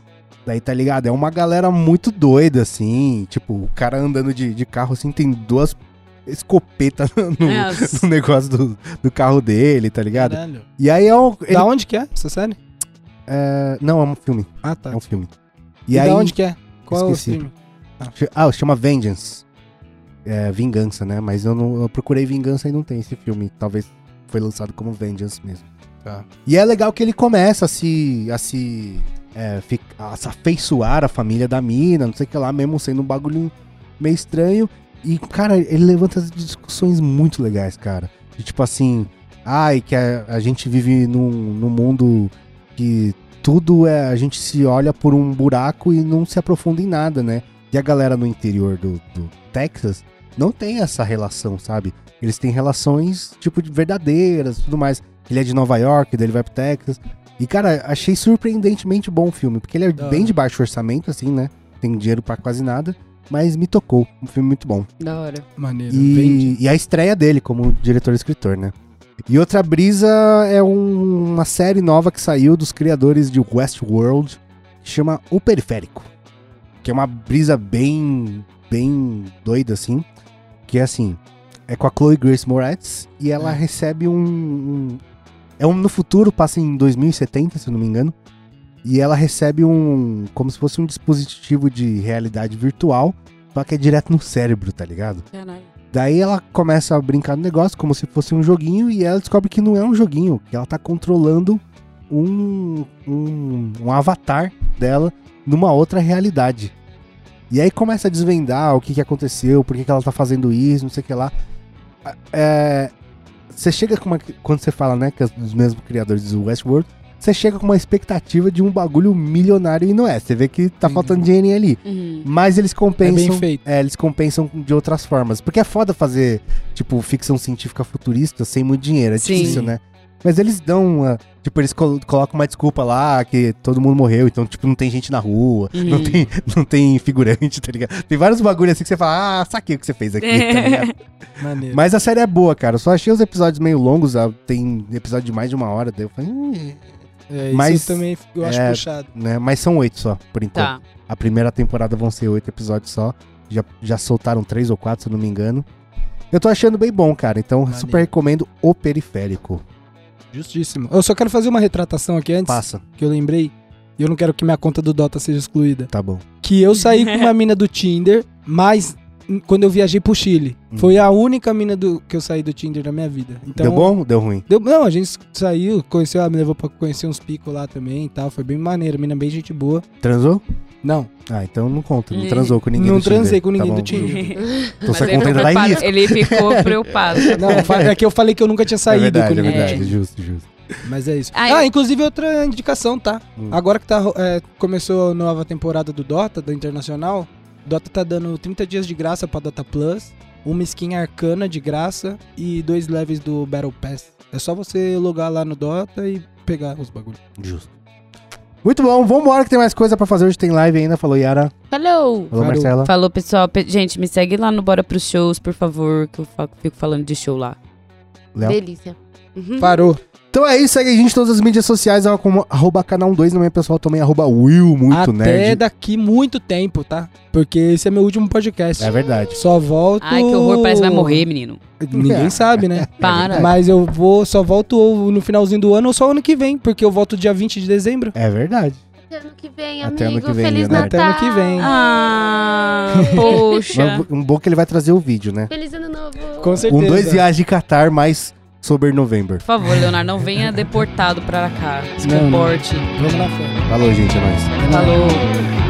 Daí, tá ligado? É uma galera muito doida, assim. Tipo, o cara andando de, de carro, assim, tem duas escopetas no,
É, as-
no negócio do, do carro dele, tá ligado?
Caralho.
E aí é um. ele-
Da onde que é essa série?
é, não, é um filme.
Ah, tá.
É um filme.
E,
E, aí.
da onde que é? Qual
Esqueci.
é o filme?
Ch- Ah, chama Vengeance. É, Vingança, né? Mas eu, não, eu procurei Vingança e não tem esse filme. Talvez foi lançado como Vengeance mesmo.
Tá.
E é legal que ele começa a se. a se. É, fi- a se afeiçoar a família da mina, não sei o que lá, mesmo sendo um bagulho meio estranho. E, cara, ele levanta as discussões muito legais, cara. De tipo assim, ai, que a, a gente vive num, num mundo que tudo é. A gente se olha por um buraco e não se aprofunda em nada, né? E a galera no interior do, do Texas não tem essa relação, sabe? Eles têm relações, tipo, de verdadeiras e tudo mais. Ele é de Nova York, daí ele vai pro Texas. E, cara, achei surpreendentemente bom o filme, porque ele é
Da hora.
bem de baixo orçamento, assim, né? Tem dinheiro pra quase nada, mas me tocou. Um filme muito bom.
Da hora.
Maneiro. Vende. É
E, e a estreia dele como diretor e escritor, né? E outra brisa é um- uma série nova que saiu dos criadores de Westworld, que chama O Periférico. Que é uma brisa bem, bem doida, assim. Que é assim, é com a Chloe Grace Moretz e ela
Hum.
recebe um, um- É um no futuro, passa em 2070, se eu não me engano. E ela recebe um... como se fosse um dispositivo de realidade virtual, só que é direto no cérebro, tá ligado?
Caralho.
Daí ela começa a brincar no negócio como se fosse um joguinho e ela descobre que não é um joguinho, que ela tá controlando um, um, um avatar dela numa outra realidade. E aí começa a desvendar o que, que aconteceu, por que, que ela tá fazendo isso, não sei o que lá. A- é, você chega com uma. Quando você fala, né, que é dos mesmos criadores do Westworld, você chega com uma expectativa de um bagulho milionário e não é. Você vê que tá
Uhum.
faltando dinheirinho ali.
Uhum.
Mas eles
É
compensam.
bem feito.
É, eles compensam de outras formas. Porque é foda fazer, tipo, ficção científica futurista sem muito dinheiro. É
Sim.
difícil, né? Mas eles dão uma. Tipo, eles col- colocam uma desculpa lá que todo mundo morreu, então, tipo, não tem gente na rua, não, tem, não tem figurante, tá ligado? Tem vários bagulhos assim que você fala, ah, saquei o que você fez aqui, tá ligado?
Maneiro.
Mas a série é boa, cara. Eu só achei os episódios meio longos, ah, tem episódio de mais de uma hora, daí eu falei, "Hum",
É, isso
mas-
eu também eu acho
é,
puxado.
né? Mas são oito só, por enquanto.
Tá.
A primeira temporada vão ser oito episódios só. Já, já soltaram três ou quatro, se eu não me engano. Eu tô achando bem bom, cara. Então,
Maneiro.
super recomendo o periférico.
Justíssimo. Eu só quero fazer uma retratação aqui antes,
Passa,
que eu lembrei. E eu não quero que minha conta do Dota seja excluída.
tá bom.
Que eu saí com uma mina do Tinder, mas hum, quando eu viajei pro Chile.
Hum.
Foi a única mina do, que eu saí do Tinder na minha vida. Então,
Deu bom? Deu ruim?
Deu- não, a gente saiu, conheceu, ela me levou pra conhecer uns picos lá também e tal. Foi bem maneiro, a mina bem gente boa.
Transou?
Não,
Ah, então não conta. Não
Ih.
transou com ninguém
Não
do Tinder.
transei com ninguém
tá
do
bom.
Tinder.
Então
Mas
você
ele, é
conta
tá
ainda
não
dá
preparou-
início.
ele ficou preocupado.
não, eu falei- é que eu falei que eu nunca tinha
É
saído
verdade,
com
é
ninguém.
verdade. Justo, justo.
Mas é isso.
Ah,
ah,
eu-
inclusive outra indicação, tá?
Hum.
Agora que tá, ro- é, começou a nova temporada do Dota, do Internacional, Dota tá dando 30 dias de graça pra Dota Plus, uma skin arcana de graça e dois levels do Battle Pass. É só você logar lá no Dota e pegar os bagulhos.
Justo. Muito bom, vambora que tem mais coisa pra fazer. Hoje tem live ainda. Falou, Yara.
Falou!
Falou,
Falou.
Marcela.
Falou, pessoal. Pe- Gente, me segue lá no Bora Pros Shows, por favor, que eu fa- fico falando de show lá.
Léo.
Delícia. Uhum.
Parou.
Então é isso, segue a gente em todas as mídias sociais, arroba como arroba canal 2, no meu pessoal também, arroba Will, muito
Até
nerd.
daqui muito tempo, tá? Porque esse é meu último podcast.
É verdade.
Só volto.
Ai, que horror, parece que vai morrer, menino.
É.
Ninguém sabe, né?
Para.
Mas eu vou, só volto ou no finalzinho do ano ou só ano que vem, porque eu volto dia 20 de dezembro.
É verdade.
Até ano que vem,
Até
amigo.
ano que vem,
Feliz
Leonardo.
Natal.
Até ano que vem.
Ah,
Mas
poxa.
um bom que ele vai trazer o vídeo, né?
Feliz ano novo.
Com certeza.
Um, dois viagens de Qatar, mais Sober November.
Por favor, Leonardo, não venha deportado pra cá. Se
Não, não.
comporte.
Vamos na fé.
Falou, gente, é nóis.
Falou.
certeza.